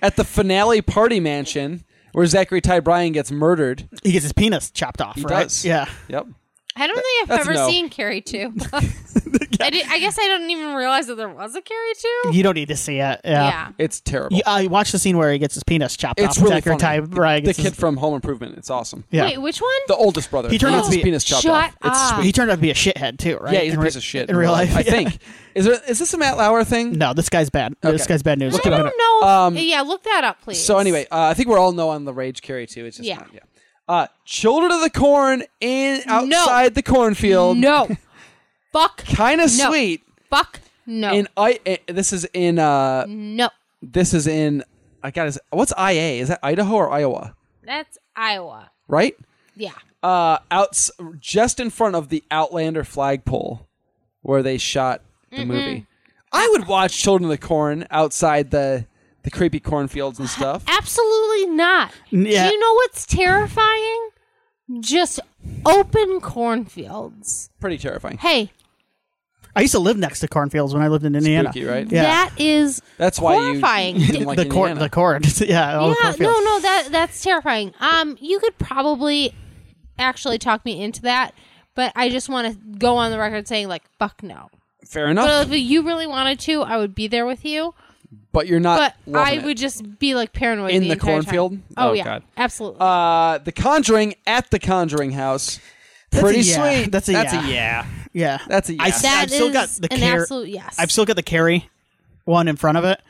Speaker 1: at the finale party mansion where Zachary Ty Bryan gets murdered?
Speaker 2: He gets his penis chopped off,
Speaker 1: He
Speaker 2: right?
Speaker 1: does.
Speaker 2: Yeah.
Speaker 1: Yep.
Speaker 3: I don't think I've
Speaker 1: that's a
Speaker 3: ever
Speaker 1: no.
Speaker 3: seen Carrie two. I, did- I guess I didn't even realize that there was a Carrie two.
Speaker 2: You don't need to see it. Yeah.
Speaker 3: Yeah.
Speaker 1: It's terrible.
Speaker 2: You, uh, you watch the scene where he gets his penis chopped
Speaker 1: It's
Speaker 2: off.
Speaker 1: really
Speaker 2: Zachary
Speaker 1: funny.
Speaker 2: Ty Bryan
Speaker 1: the
Speaker 2: gets his-
Speaker 1: kid from Home Improvement. It's awesome.
Speaker 2: yeah.
Speaker 3: Wait, which one?
Speaker 1: The oldest brother.
Speaker 2: He turned
Speaker 1: gets
Speaker 2: out
Speaker 1: his
Speaker 2: to be-
Speaker 1: penis chopped
Speaker 3: Shut
Speaker 1: off. It's
Speaker 3: up.
Speaker 1: sweet.
Speaker 2: he turned out to be a shithead too, right?
Speaker 1: Yeah, he's
Speaker 2: In
Speaker 1: a
Speaker 2: re-
Speaker 1: piece of shit
Speaker 2: in real life.
Speaker 1: I
Speaker 2: yeah.
Speaker 1: think is there is this a Matt Lauer thing?
Speaker 2: No, this guy's bad. This
Speaker 1: Okay.
Speaker 2: guy's bad news.
Speaker 1: Look
Speaker 3: I
Speaker 1: it up.
Speaker 2: I'm
Speaker 3: don't
Speaker 2: gonna-
Speaker 3: know.
Speaker 1: Um,
Speaker 3: yeah, look that up, please.
Speaker 1: So anyway, uh, I think we're all know on the Rage Carry too. It's just
Speaker 3: Yeah.
Speaker 1: not- yeah. Uh, Children of the Corn in outside the cornfield.
Speaker 3: no. fuck.
Speaker 1: Kind of
Speaker 3: No.
Speaker 1: sweet.
Speaker 3: Fuck. No.
Speaker 1: In I eh, this is in uh
Speaker 3: no.
Speaker 1: this is in I got his what's IA? Is that Idaho or Iowa?
Speaker 3: That's Iowa.
Speaker 1: Right?
Speaker 3: Yeah.
Speaker 1: Uh outs just in front of the Outlander flagpole where they shot the
Speaker 3: Mm-hmm.
Speaker 1: movie. I would watch Children of the Corn outside the the creepy cornfields and stuff.
Speaker 3: Absolutely not.
Speaker 2: Yeah.
Speaker 3: Do you know what's terrifying? Just open cornfields.
Speaker 1: Pretty terrifying.
Speaker 3: Hey,
Speaker 2: I used to live next to cornfields when I lived in Indiana.
Speaker 1: Spooky, right?
Speaker 2: Yeah.
Speaker 3: that is
Speaker 1: That's why
Speaker 3: Horrifying.
Speaker 1: you didn't like
Speaker 2: the corn, the
Speaker 1: Indiana.
Speaker 2: corn. yeah, all the
Speaker 3: yeah,
Speaker 2: cornfields.
Speaker 3: no, no, that that's terrifying. Um, you could probably actually talk me into that, but I just want to go on the record saying like, fuck no.
Speaker 1: Fair enough,
Speaker 3: But if you really wanted to, I would be there with you.
Speaker 1: but you're not.
Speaker 3: But I
Speaker 1: loving it.
Speaker 3: would just be like paranoid
Speaker 1: In
Speaker 3: the,
Speaker 1: the
Speaker 3: entire time.
Speaker 1: cornfield?
Speaker 3: Oh,
Speaker 1: Oh,
Speaker 3: yeah,
Speaker 1: God.
Speaker 3: absolutely.
Speaker 1: Uh, the Conjuring at the Conjuring House.
Speaker 2: a
Speaker 1: Pretty
Speaker 2: yeah.
Speaker 1: sweet.
Speaker 2: That's a yeah.
Speaker 1: yeah.
Speaker 2: yeah.
Speaker 1: That's a
Speaker 2: I
Speaker 1: yes.
Speaker 2: s-
Speaker 3: That
Speaker 2: I've still
Speaker 3: is
Speaker 2: got the
Speaker 3: an
Speaker 2: care-
Speaker 3: absolute yes.
Speaker 2: I've still got the carry one in front of it,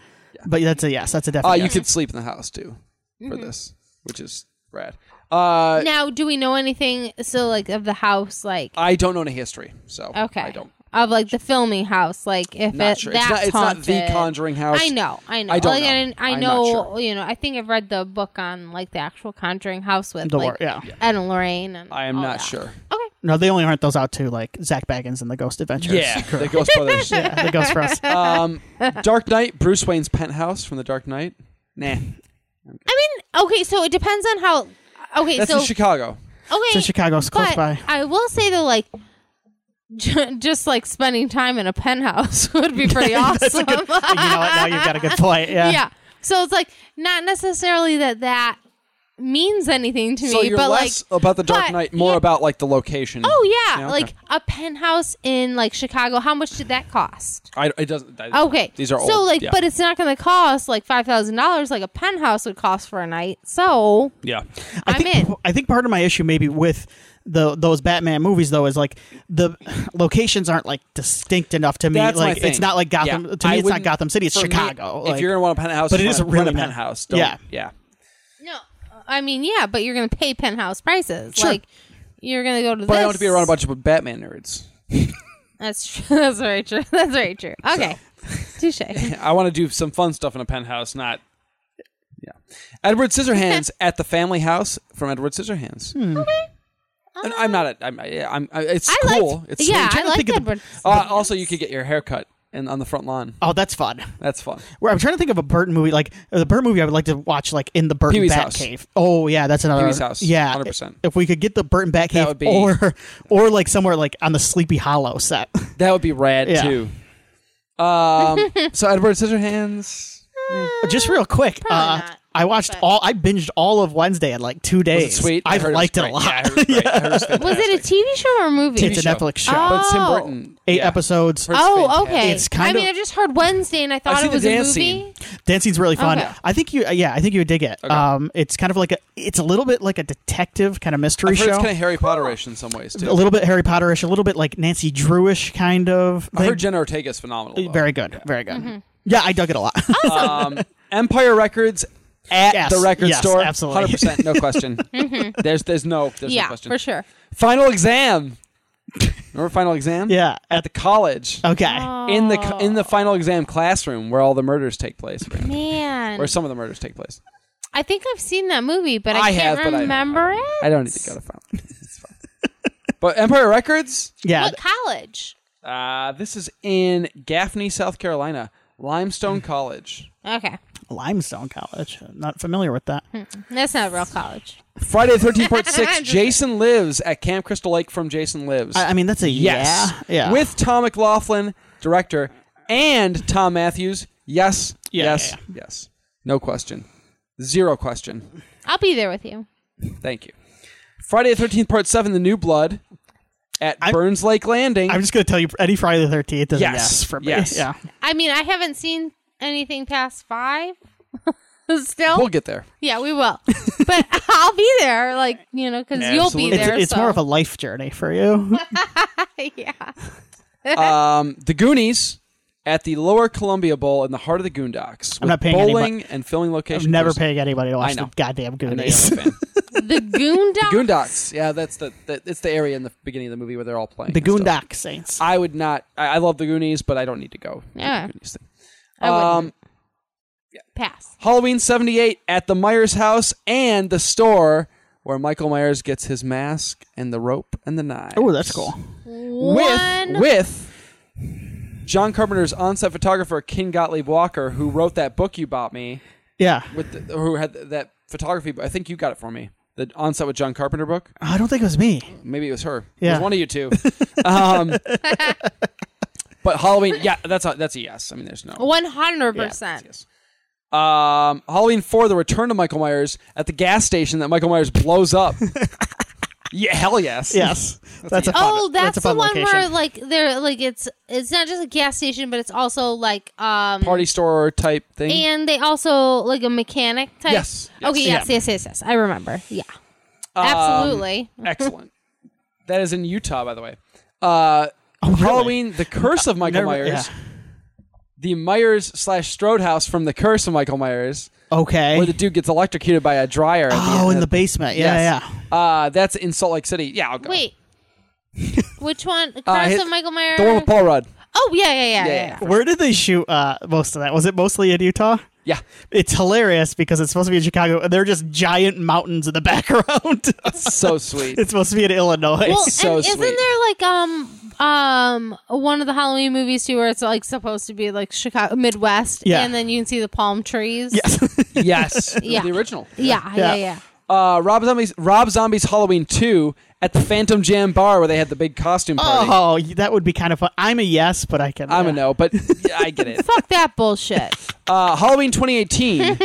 Speaker 2: but that's a yes. That's a definite.
Speaker 1: Uh, you
Speaker 2: yes.
Speaker 1: could sleep in the house too
Speaker 3: Mm-hmm.
Speaker 1: for this, which is rad. Uh,
Speaker 3: now, do we know anything? So, like of the house, like
Speaker 1: I don't know any history, so
Speaker 3: okay,
Speaker 1: I don't.
Speaker 3: of like the filming house, like if
Speaker 1: Not
Speaker 3: it,
Speaker 1: sure. It's
Speaker 3: that's
Speaker 1: not, it's not the
Speaker 3: haunted.
Speaker 1: Conjuring House.
Speaker 3: I know, I know.
Speaker 1: I don't
Speaker 3: Like,
Speaker 1: know.
Speaker 3: and I
Speaker 1: I'm
Speaker 3: know,
Speaker 1: not sure.
Speaker 3: you know, I think I've read the book on like the actual Conjuring house with
Speaker 2: The
Speaker 3: like
Speaker 2: war- yeah.
Speaker 3: Ed and Lorraine. And
Speaker 1: I am
Speaker 3: all
Speaker 1: not
Speaker 3: that.
Speaker 1: sure.
Speaker 3: Okay,
Speaker 2: No, they only rent those out to like Zach Baggins and the Ghost Adventures.
Speaker 1: the Ghost Brothers.
Speaker 2: yeah, the Ghost for us.
Speaker 1: Um, Dark Knight, Bruce Wayne's penthouse from The Dark Knight. Nah,
Speaker 3: I mean, okay, so it depends on how. Okay,
Speaker 1: that's
Speaker 3: so
Speaker 1: in Chicago.
Speaker 3: okay,
Speaker 2: So Chicago's close
Speaker 3: but
Speaker 2: by.
Speaker 3: I will say though, like J- just like spending time in a penthouse would be pretty
Speaker 2: That's a
Speaker 3: awesome.
Speaker 2: good- you know what? Now you've got a good point. Yeah.
Speaker 3: yeah. So it's like not necessarily that that means anything to
Speaker 1: So
Speaker 3: me,
Speaker 1: you're
Speaker 3: but like
Speaker 1: less about the Dark
Speaker 3: but-
Speaker 1: Knight, more
Speaker 3: yeah.
Speaker 1: about like the location.
Speaker 3: oh yeah,
Speaker 1: okay.
Speaker 3: like a penthouse in like Chicago. How much did that cost?
Speaker 1: I, it doesn't. I,
Speaker 3: Okay,
Speaker 1: these are
Speaker 3: so
Speaker 1: old,
Speaker 3: like,
Speaker 1: yeah.
Speaker 3: but it's not going to cost like five thousand dollars like a penthouse would cost for a night. So
Speaker 1: yeah,
Speaker 2: I
Speaker 3: I'm
Speaker 2: think
Speaker 3: in.
Speaker 2: I think part of my issue maybe with the those Batman movies though is like the locations aren't like distinct enough to me.
Speaker 1: That's my
Speaker 2: like
Speaker 1: thing.
Speaker 2: it's not like Gotham
Speaker 1: Yeah.
Speaker 2: to me.
Speaker 1: I
Speaker 2: it's not
Speaker 1: wouldn't-
Speaker 2: Gotham City. It's
Speaker 1: for me,
Speaker 2: Chicago.
Speaker 1: if
Speaker 2: like-
Speaker 1: you're gonna want a penthouse,
Speaker 2: but it is
Speaker 1: rent- rent
Speaker 2: really
Speaker 1: a
Speaker 2: not.
Speaker 1: penthouse. Don't,
Speaker 2: Yeah.
Speaker 1: yeah.
Speaker 3: no, I mean yeah, but you're going to pay penthouse prices. Like you're going to go to.
Speaker 1: But
Speaker 3: this.
Speaker 1: I don't want to be around a bunch of Batman nerds.
Speaker 3: That's true. That's very true. That's very true. Okay, touche.
Speaker 1: I want to do some fun stuff in a penthouse, not. Yeah, Edward Scissorhands at the family house from Edward Scissorhands. And I'm not. A, I'm. I- I'm. I- It's
Speaker 3: Hmm. I like.
Speaker 1: cool. it's
Speaker 3: yeah,
Speaker 1: sweet.
Speaker 3: I like
Speaker 2: think of the-
Speaker 3: Edward.
Speaker 1: Uh, also, you could get your hair cut and on the front lawn.
Speaker 2: oh, that's fun.
Speaker 1: That's fun.
Speaker 2: Where I'm trying to think of a Burton movie like uh, the Burton movie I would like to watch like in the Burton
Speaker 1: Pee-wee's
Speaker 2: Bat
Speaker 1: House.
Speaker 2: Cave. Oh yeah, that's another
Speaker 1: Pee-wee's House,
Speaker 2: Yeah,
Speaker 1: 100%.
Speaker 2: If we could get the Burton Bat Cave
Speaker 1: would be-
Speaker 2: or or like somewhere like on the Sleepy Hollow set.
Speaker 1: That would be rad
Speaker 2: Yeah.
Speaker 1: too. Um. so Edward Scissorhands. oh,
Speaker 2: Just real quick, uh,
Speaker 3: not,
Speaker 2: I watched all. I binged all of Wednesday in like two days.
Speaker 1: Was it sweet?
Speaker 2: I,
Speaker 1: heard
Speaker 2: liked it,
Speaker 1: was
Speaker 2: a
Speaker 1: great.
Speaker 2: lot.
Speaker 1: Yeah, I heard it was great. I heard it was
Speaker 3: Was it a
Speaker 1: fantastic.
Speaker 3: TV show or a movie?
Speaker 2: It's a Netflix show.
Speaker 3: Oh.
Speaker 1: But it's Tim Burton.
Speaker 2: Eight
Speaker 1: Yeah.
Speaker 2: episodes.
Speaker 1: Heard it's
Speaker 3: Oh,
Speaker 1: fantastic.
Speaker 3: okay.
Speaker 2: It's kind
Speaker 3: I mean,
Speaker 2: of-
Speaker 3: I just heard Wednesday and I
Speaker 1: I've
Speaker 3: thought
Speaker 1: seen
Speaker 3: it
Speaker 1: the
Speaker 3: was a
Speaker 1: dance
Speaker 3: movie.
Speaker 1: scene.
Speaker 2: Dancing's really fun.
Speaker 3: Okay.
Speaker 2: I think you, uh, yeah, I think you would dig it.
Speaker 1: Okay.
Speaker 2: Um, it's kind of like a, it's a little bit like a detective kind of mystery
Speaker 1: I've heard
Speaker 2: show.
Speaker 1: it's kind of Harry Potterish in some ways too.
Speaker 2: a little bit Harry Potterish, a little bit like Nancy Drewish kind of.
Speaker 1: I
Speaker 2: thing.
Speaker 1: heard Jenna Ortega is phenomenal. though.
Speaker 2: very good, very good.
Speaker 3: Mm-hmm.
Speaker 2: Yeah, I dug it a lot.
Speaker 1: Um, Empire Records at
Speaker 2: Yes,
Speaker 1: the record
Speaker 2: yes,
Speaker 1: store.
Speaker 2: absolutely.
Speaker 1: 100%, no question. There's there's no there's no
Speaker 3: Mm-hmm. Yeah,
Speaker 1: question.
Speaker 3: for sure.
Speaker 1: Final exam. Remember final exam?
Speaker 2: yeah,
Speaker 1: At the college.
Speaker 2: okay.
Speaker 1: In the co-
Speaker 3: Oh.
Speaker 1: in the final exam classroom where all the murders take place, apparently.
Speaker 3: Man,
Speaker 1: where some of the murders take place.
Speaker 3: I think I've seen that movie, but I,
Speaker 1: I have,
Speaker 3: can't
Speaker 1: but I don't-
Speaker 3: remember it.
Speaker 1: I don't need to go to final. It's fine. But Empire Records,
Speaker 2: yeah,
Speaker 3: What college?
Speaker 1: uh, this is in Gaffney, South Carolina, Limestone College.
Speaker 3: Okay,
Speaker 2: Limestone College. Not familiar with that.
Speaker 3: Hmm. that's not a real college.
Speaker 1: Friday Thirteen Part Six.
Speaker 3: Just-
Speaker 1: Jason lives at Camp Crystal Lake from Jason Lives.
Speaker 2: I, I mean, that's a
Speaker 1: Yes.
Speaker 2: yeah, yeah.
Speaker 1: With Tom McLaughlin, director, and Tom Matthews. Yes.
Speaker 2: Yeah,
Speaker 1: yes.
Speaker 2: yeah,
Speaker 1: Yes. No question. Zero question.
Speaker 3: I'll be there with you.
Speaker 1: Thank you. Friday the Thirteenth Part Seven: The New Blood at
Speaker 2: I'm-
Speaker 1: Burns Lake Landing.
Speaker 2: I'm just gonna tell you, any Friday the Thirteenth is
Speaker 1: Yes,
Speaker 2: a yes for me.
Speaker 1: yes.
Speaker 2: Yeah,
Speaker 3: I mean, I haven't seen anything past five. Still,
Speaker 1: we'll get there.
Speaker 3: yeah, we will. But I'll be there, like you know, because you'll be
Speaker 1: Absolutely.
Speaker 2: it's,
Speaker 3: there.
Speaker 2: it's
Speaker 3: so.
Speaker 2: more of a life journey for you.
Speaker 3: yeah.
Speaker 1: Um, the Goonies at the Lower Columbia Bowl in the heart of the Boondocks. with
Speaker 2: not paying any
Speaker 1: bowling and filming location.
Speaker 2: I'm never
Speaker 1: clues.
Speaker 2: paying anybody to
Speaker 1: I
Speaker 2: watch
Speaker 1: know.
Speaker 2: the goddamn
Speaker 1: I know you're not
Speaker 2: Goonies.
Speaker 1: a fan.
Speaker 3: The Goondocks.
Speaker 1: Goondocks. Yeah, that's the, the it's the area in the beginning of the movie where they're all playing.
Speaker 2: the
Speaker 1: and stuff.
Speaker 2: Goondock Saints.
Speaker 1: I would not. I, I love the Goonies, but I don't need to go. to the
Speaker 3: Yeah.
Speaker 1: Goonies thing.
Speaker 3: I wouldn't.
Speaker 1: Um,
Speaker 3: Pass.
Speaker 1: Halloween '78 at the Myers house and the store where Michael Myers gets his mask and the rope and the knife.
Speaker 2: Oh, that's cool.
Speaker 1: With
Speaker 3: One.
Speaker 1: with John Carpenter's on-set photographer King Gottlieb Walker, who wrote that book you bought me,
Speaker 2: Yeah,
Speaker 1: with the, who had that photography. I think you got it for me. The on-set with John Carpenter book.
Speaker 2: I don't think it was me.
Speaker 1: Maybe it was her. It
Speaker 2: Yeah.
Speaker 1: was one of you two. um, but Halloween, yeah, that's a, that's a yes. I mean, there's no.
Speaker 3: One hundred
Speaker 1: That's
Speaker 3: percent.
Speaker 1: yes. Um, Halloween four, the return to Michael Myers at the gas station that Michael Myers blows up. yeah, hell yes.
Speaker 2: Yes, that's a fun,
Speaker 3: Oh, that's,
Speaker 2: a
Speaker 3: the
Speaker 2: fun
Speaker 3: one
Speaker 2: location.
Speaker 3: where like they're like it's it's not just a gas station, but it's also like um
Speaker 1: Party store type thing.
Speaker 3: and they also like a mechanic type.
Speaker 1: Yes, yes.
Speaker 3: okay. Yes.
Speaker 2: Yeah.
Speaker 3: Yes. Yes. Yes. I remember. Yeah.
Speaker 1: Um,
Speaker 3: Absolutely.
Speaker 1: excellent. That is in Utah, by the way. Uh, Halloween, the curse of Michael
Speaker 2: Oh, Never-
Speaker 1: Myers, the Myers slash Strode house from the curse of Michael Myers,
Speaker 2: Okay.
Speaker 1: where the dude gets electrocuted by a dryer. at the
Speaker 2: oh,
Speaker 1: end
Speaker 2: in
Speaker 1: of-
Speaker 2: the basement. Yeah,
Speaker 1: Yes.
Speaker 2: yeah.
Speaker 1: Uh, that's in Salt Lake City. Yeah, I'll go.
Speaker 3: Wait. Which one? Curse
Speaker 1: his-
Speaker 3: of Michael Myers.
Speaker 1: Uh, The one with Paul Rudd.
Speaker 3: Oh yeah, yeah, yeah, yeah.
Speaker 1: yeah,
Speaker 3: yeah.
Speaker 2: Where did they shoot uh, most of that? Was it mostly in Utah?
Speaker 1: Yeah.
Speaker 2: It's hilarious because it's supposed to be in Chicago, and they're just giant mountains in the background.
Speaker 1: So sweet.
Speaker 2: it's supposed to be in Illinois.
Speaker 3: Well,
Speaker 1: so
Speaker 3: and isn't
Speaker 1: sweet.
Speaker 3: there like um um one of the Halloween movies too, where it's like supposed to be like Chicago Midwest,
Speaker 2: Yeah.
Speaker 3: and then you can see the palm trees.
Speaker 2: yes.
Speaker 1: yes.
Speaker 3: Yeah.
Speaker 1: The original.
Speaker 3: Yeah,
Speaker 2: Yeah.
Speaker 3: yeah, yeah.
Speaker 1: uh, Rob Zombie's Rob Zombie's Halloween Two at the Phantom Jam Bar where they had the big costume party.
Speaker 2: Oh, y- that would be kind of fun. I'm a yes, but I can. uh,
Speaker 1: I'm
Speaker 2: yeah.
Speaker 1: a no, but yeah, I get it.
Speaker 3: Fuck that bullshit.
Speaker 1: Uh, Halloween 2018,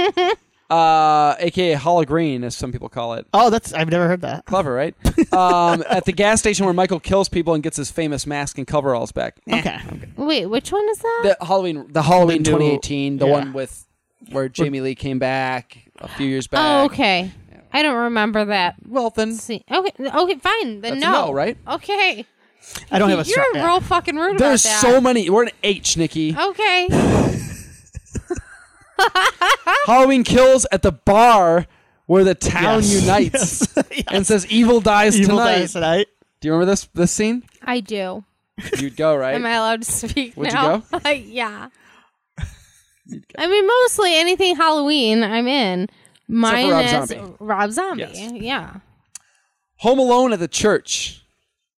Speaker 1: uh, aka Hollow Green, as some people call it.
Speaker 2: Oh, that's I've never heard that.
Speaker 1: Clever, right? Um, at the gas station where Michael kills people and gets his famous mask and coveralls back.
Speaker 2: Okay.
Speaker 3: Wait, which one is that?
Speaker 1: The Halloween, the Halloween
Speaker 2: The new-
Speaker 1: 2018, the
Speaker 2: yeah.
Speaker 1: one with where Jamie Lee came back a few years back.
Speaker 3: oh, okay. I don't remember that.
Speaker 1: Well, then
Speaker 3: See, okay, okay, fine. Then
Speaker 1: That's a
Speaker 3: no.
Speaker 1: no, right?
Speaker 3: Okay.
Speaker 2: I don't have a.
Speaker 3: You're
Speaker 2: strong-
Speaker 3: a
Speaker 2: yeah.
Speaker 3: real fucking rude
Speaker 1: there's
Speaker 3: about that.
Speaker 1: so many. We're an H, Nikki.
Speaker 3: Okay.
Speaker 1: Halloween kills at the bar where the town
Speaker 2: Yes.
Speaker 1: unites
Speaker 2: Yes. Yes.
Speaker 1: and says evil dies
Speaker 2: Evil
Speaker 1: tonight.
Speaker 2: dies tonight.
Speaker 1: Do you remember this this scene?
Speaker 3: I do.
Speaker 1: You'd go
Speaker 3: Am
Speaker 1: right.
Speaker 3: I allowed to speak
Speaker 1: Would you
Speaker 3: now? yeah. I mean, mostly anything Halloween, I'm in. Mine
Speaker 1: Rob
Speaker 3: is
Speaker 1: Zombie.
Speaker 3: Rob Zombie.
Speaker 1: Yes.
Speaker 3: Yeah.
Speaker 1: Home Alone at the church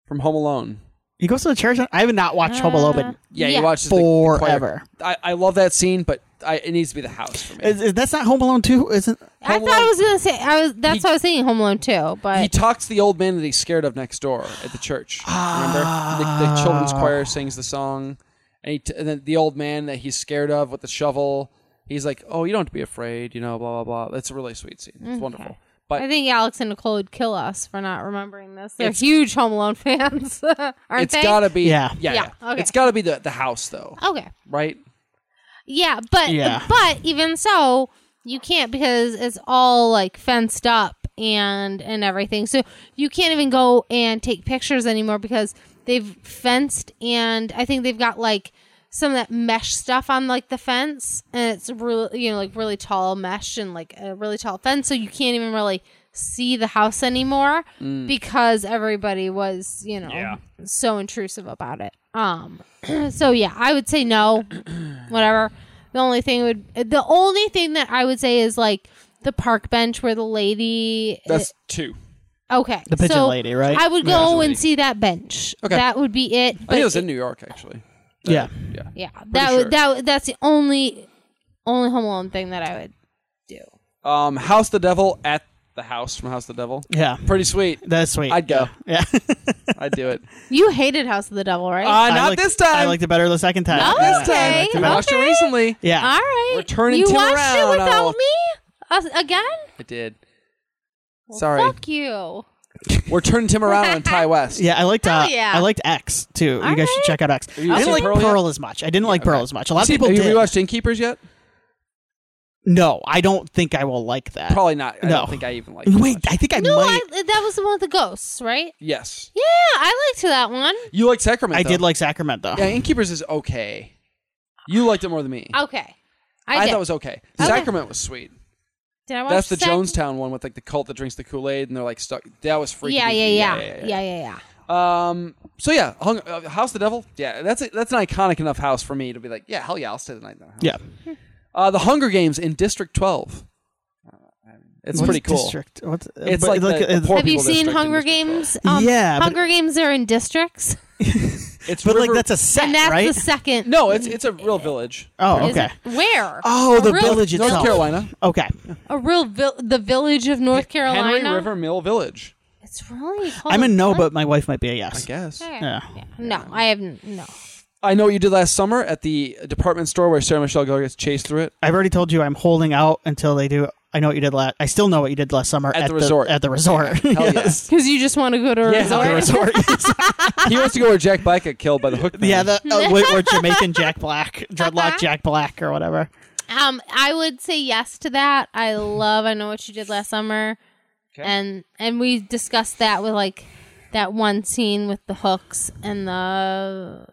Speaker 1: from Home Alone.
Speaker 2: He goes to the church. I have not watched
Speaker 1: Uh.
Speaker 2: Home Alone in
Speaker 1: Yeah,
Speaker 3: Yeah.
Speaker 1: you watch the, the choir.
Speaker 2: forever.
Speaker 1: I, I love that scene, but I, it needs to be the house for me.
Speaker 2: Is, is- that's not Home Alone two, isn't?
Speaker 3: I
Speaker 1: Home
Speaker 3: thought I
Speaker 1: Alone-
Speaker 3: was gonna say I was. That's
Speaker 1: He-
Speaker 3: what I was thinking Home Alone too,
Speaker 1: he
Speaker 3: but
Speaker 1: talks to the old man that he's scared of next door at the church.
Speaker 2: Ah.
Speaker 1: Remember, the, the children's choir sings the song, and, he t- and then the old man that he's scared of with the shovel. He's like, "Oh, you don't have to be afraid," you know, blah blah blah. That's a really sweet scene. It's
Speaker 3: Mm-hmm.
Speaker 1: wonderful. But
Speaker 3: I think Alex and Nicole would kill us for not remembering this. They're
Speaker 1: It's-
Speaker 3: huge Home Alone fans, aren't
Speaker 1: it's
Speaker 3: they?
Speaker 1: gotta be
Speaker 2: Yeah.
Speaker 1: yeah,
Speaker 3: Yeah,
Speaker 1: yeah.
Speaker 3: okay.
Speaker 1: It's gotta be the the house though,
Speaker 3: okay.
Speaker 1: right?
Speaker 3: Yeah, but
Speaker 2: Yeah.
Speaker 3: but even so, you can't because it's all like fenced up and and everything. So you can't even go and take pictures anymore because they've fenced and I think they've got like some of that mesh stuff on like the fence and it's really you know like really tall mesh and like a really tall fence so you can't even really see the house anymore because everybody was you know so intrusive about it um so yeah i would say no whatever. The only thing would the only thing that I would say is like the park bench where the lady eh,
Speaker 1: That's two.
Speaker 3: okay
Speaker 2: The pigeon lady, right?
Speaker 3: I would
Speaker 1: pigeon
Speaker 3: go
Speaker 1: lady.
Speaker 3: and see that bench.
Speaker 1: Okay.
Speaker 3: that would be it.
Speaker 1: I think
Speaker 3: but
Speaker 1: it was in New York actually.
Speaker 2: Yeah.
Speaker 1: Yeah.
Speaker 3: yeah, that
Speaker 1: sure.
Speaker 3: would that would- that's the only only Home Alone thing that I would do.
Speaker 1: Um, House the Devil at the house from House the Devil.
Speaker 2: Yeah.
Speaker 1: Pretty sweet.
Speaker 2: That's sweet.
Speaker 1: I'd go.
Speaker 2: Yeah.
Speaker 1: I'd do it.
Speaker 3: You hated House of the Devil, right?
Speaker 1: Uh, not
Speaker 2: I liked-
Speaker 1: this time.
Speaker 2: I liked it better the second time.
Speaker 3: Not
Speaker 2: Yeah.
Speaker 3: this time.
Speaker 2: I liked it
Speaker 1: I
Speaker 2: better.
Speaker 1: watched it recently.
Speaker 3: All
Speaker 2: Yeah.
Speaker 3: right,
Speaker 1: We're turning
Speaker 3: you
Speaker 1: Tim
Speaker 3: watched
Speaker 1: around,
Speaker 3: it without
Speaker 1: I'll-
Speaker 3: me Us- again.
Speaker 1: I did.
Speaker 3: Well,
Speaker 1: Sorry.
Speaker 3: fuck you.
Speaker 1: We're turning Tim around on Ty West.
Speaker 2: Yeah, I liked. Uh,
Speaker 3: Hell yeah.
Speaker 2: I liked X too. you guys should
Speaker 3: Alright.
Speaker 2: check out X. I
Speaker 1: you
Speaker 2: didn't
Speaker 1: seen
Speaker 2: like
Speaker 1: Pearl
Speaker 2: Pearl,
Speaker 1: yet?
Speaker 2: as much. I didn't like Pearl as much. A lot of
Speaker 1: See,
Speaker 2: people
Speaker 1: have you
Speaker 2: did.
Speaker 1: rewatched Innkeepers yet?
Speaker 2: No, I don't think I will like that.
Speaker 1: Probably not. I
Speaker 2: Uh, No.
Speaker 1: don't think I even like. it
Speaker 2: Wait,
Speaker 1: much.
Speaker 2: I think I
Speaker 3: No,
Speaker 2: might.
Speaker 3: I, that was the one with the ghosts, right?
Speaker 1: yes,
Speaker 3: Yeah, I liked that one.
Speaker 1: you like Sacrament.
Speaker 2: I
Speaker 1: though.
Speaker 2: did like Sacramento.
Speaker 1: Yeah, Innkeepers is okay. You liked it more than me.
Speaker 3: Okay, Oh, I, did.
Speaker 1: thought it was okay.
Speaker 3: Okay.
Speaker 1: Sacrament was sweet.
Speaker 3: Did I watch
Speaker 1: That's the
Speaker 3: Sac-
Speaker 1: Jonestown one with like the cult that drinks the Kool Aid and they're like stuck. That was freaking.
Speaker 3: Yeah, yeah,
Speaker 1: me.
Speaker 3: yeah, yeah, yeah, yeah.
Speaker 1: yeah. Um. So yeah, hung, uh, House the Devil. Yeah, that's a, that's an iconic enough house for me to be like, yeah, hell yeah, I'll stay the night in that house.
Speaker 2: Yeah.
Speaker 1: Uh, the Hunger Games in District Twelve. It's
Speaker 2: What's
Speaker 1: pretty cool.
Speaker 2: Uh, District. What's,
Speaker 1: It's
Speaker 2: but uh,
Speaker 1: like the- the
Speaker 2: it's-
Speaker 1: poor-
Speaker 3: Have you
Speaker 1: people
Speaker 3: seen
Speaker 1: district in
Speaker 3: Hunger
Speaker 1: District
Speaker 3: Games? Um,
Speaker 2: twelve. Yeah, but-
Speaker 3: Hunger Games are in districts,
Speaker 1: It's
Speaker 2: but like
Speaker 1: River-
Speaker 2: that's a set,
Speaker 3: and that's
Speaker 2: right?
Speaker 3: the second.
Speaker 1: no. It's it's a real village.
Speaker 2: oh,
Speaker 3: Is
Speaker 2: okay.
Speaker 3: it- where?
Speaker 2: Oh, the
Speaker 3: a real,
Speaker 2: village
Speaker 1: North
Speaker 2: itself.
Speaker 1: Carolina.
Speaker 2: Okay.
Speaker 3: A real vil- the village of North Carolina.
Speaker 1: Henry River Mill Village.
Speaker 3: It's really. Cold.
Speaker 2: I'm a no, but my wife might be a
Speaker 1: I
Speaker 2: yes.
Speaker 1: guess.
Speaker 3: Oh, Okay.
Speaker 2: Yeah.
Speaker 3: Yeah. No, I have n- no.
Speaker 1: I know what you did last summer at the department store where Sarah Michelle Gellar gets chased through it.
Speaker 2: I've already told you I'm holding out until they do. I know what you did last. I still know what you did last summer
Speaker 1: At the resort.
Speaker 2: At the resort.
Speaker 1: Hell yeah.
Speaker 2: yes.
Speaker 3: Because you just want to go to a
Speaker 1: Yeah,
Speaker 2: At the
Speaker 3: resort.
Speaker 2: resort. yes.
Speaker 1: He wants to go where Jack Black got killed by the hook. man.
Speaker 2: yeah. The uh, where, where Jamaican Jack Black, dreadlock Jack Black, or whatever.
Speaker 3: Um, I would say yes to that. I love. I know what you did last summer, and and we discussed that with like that one scene with the hooks and the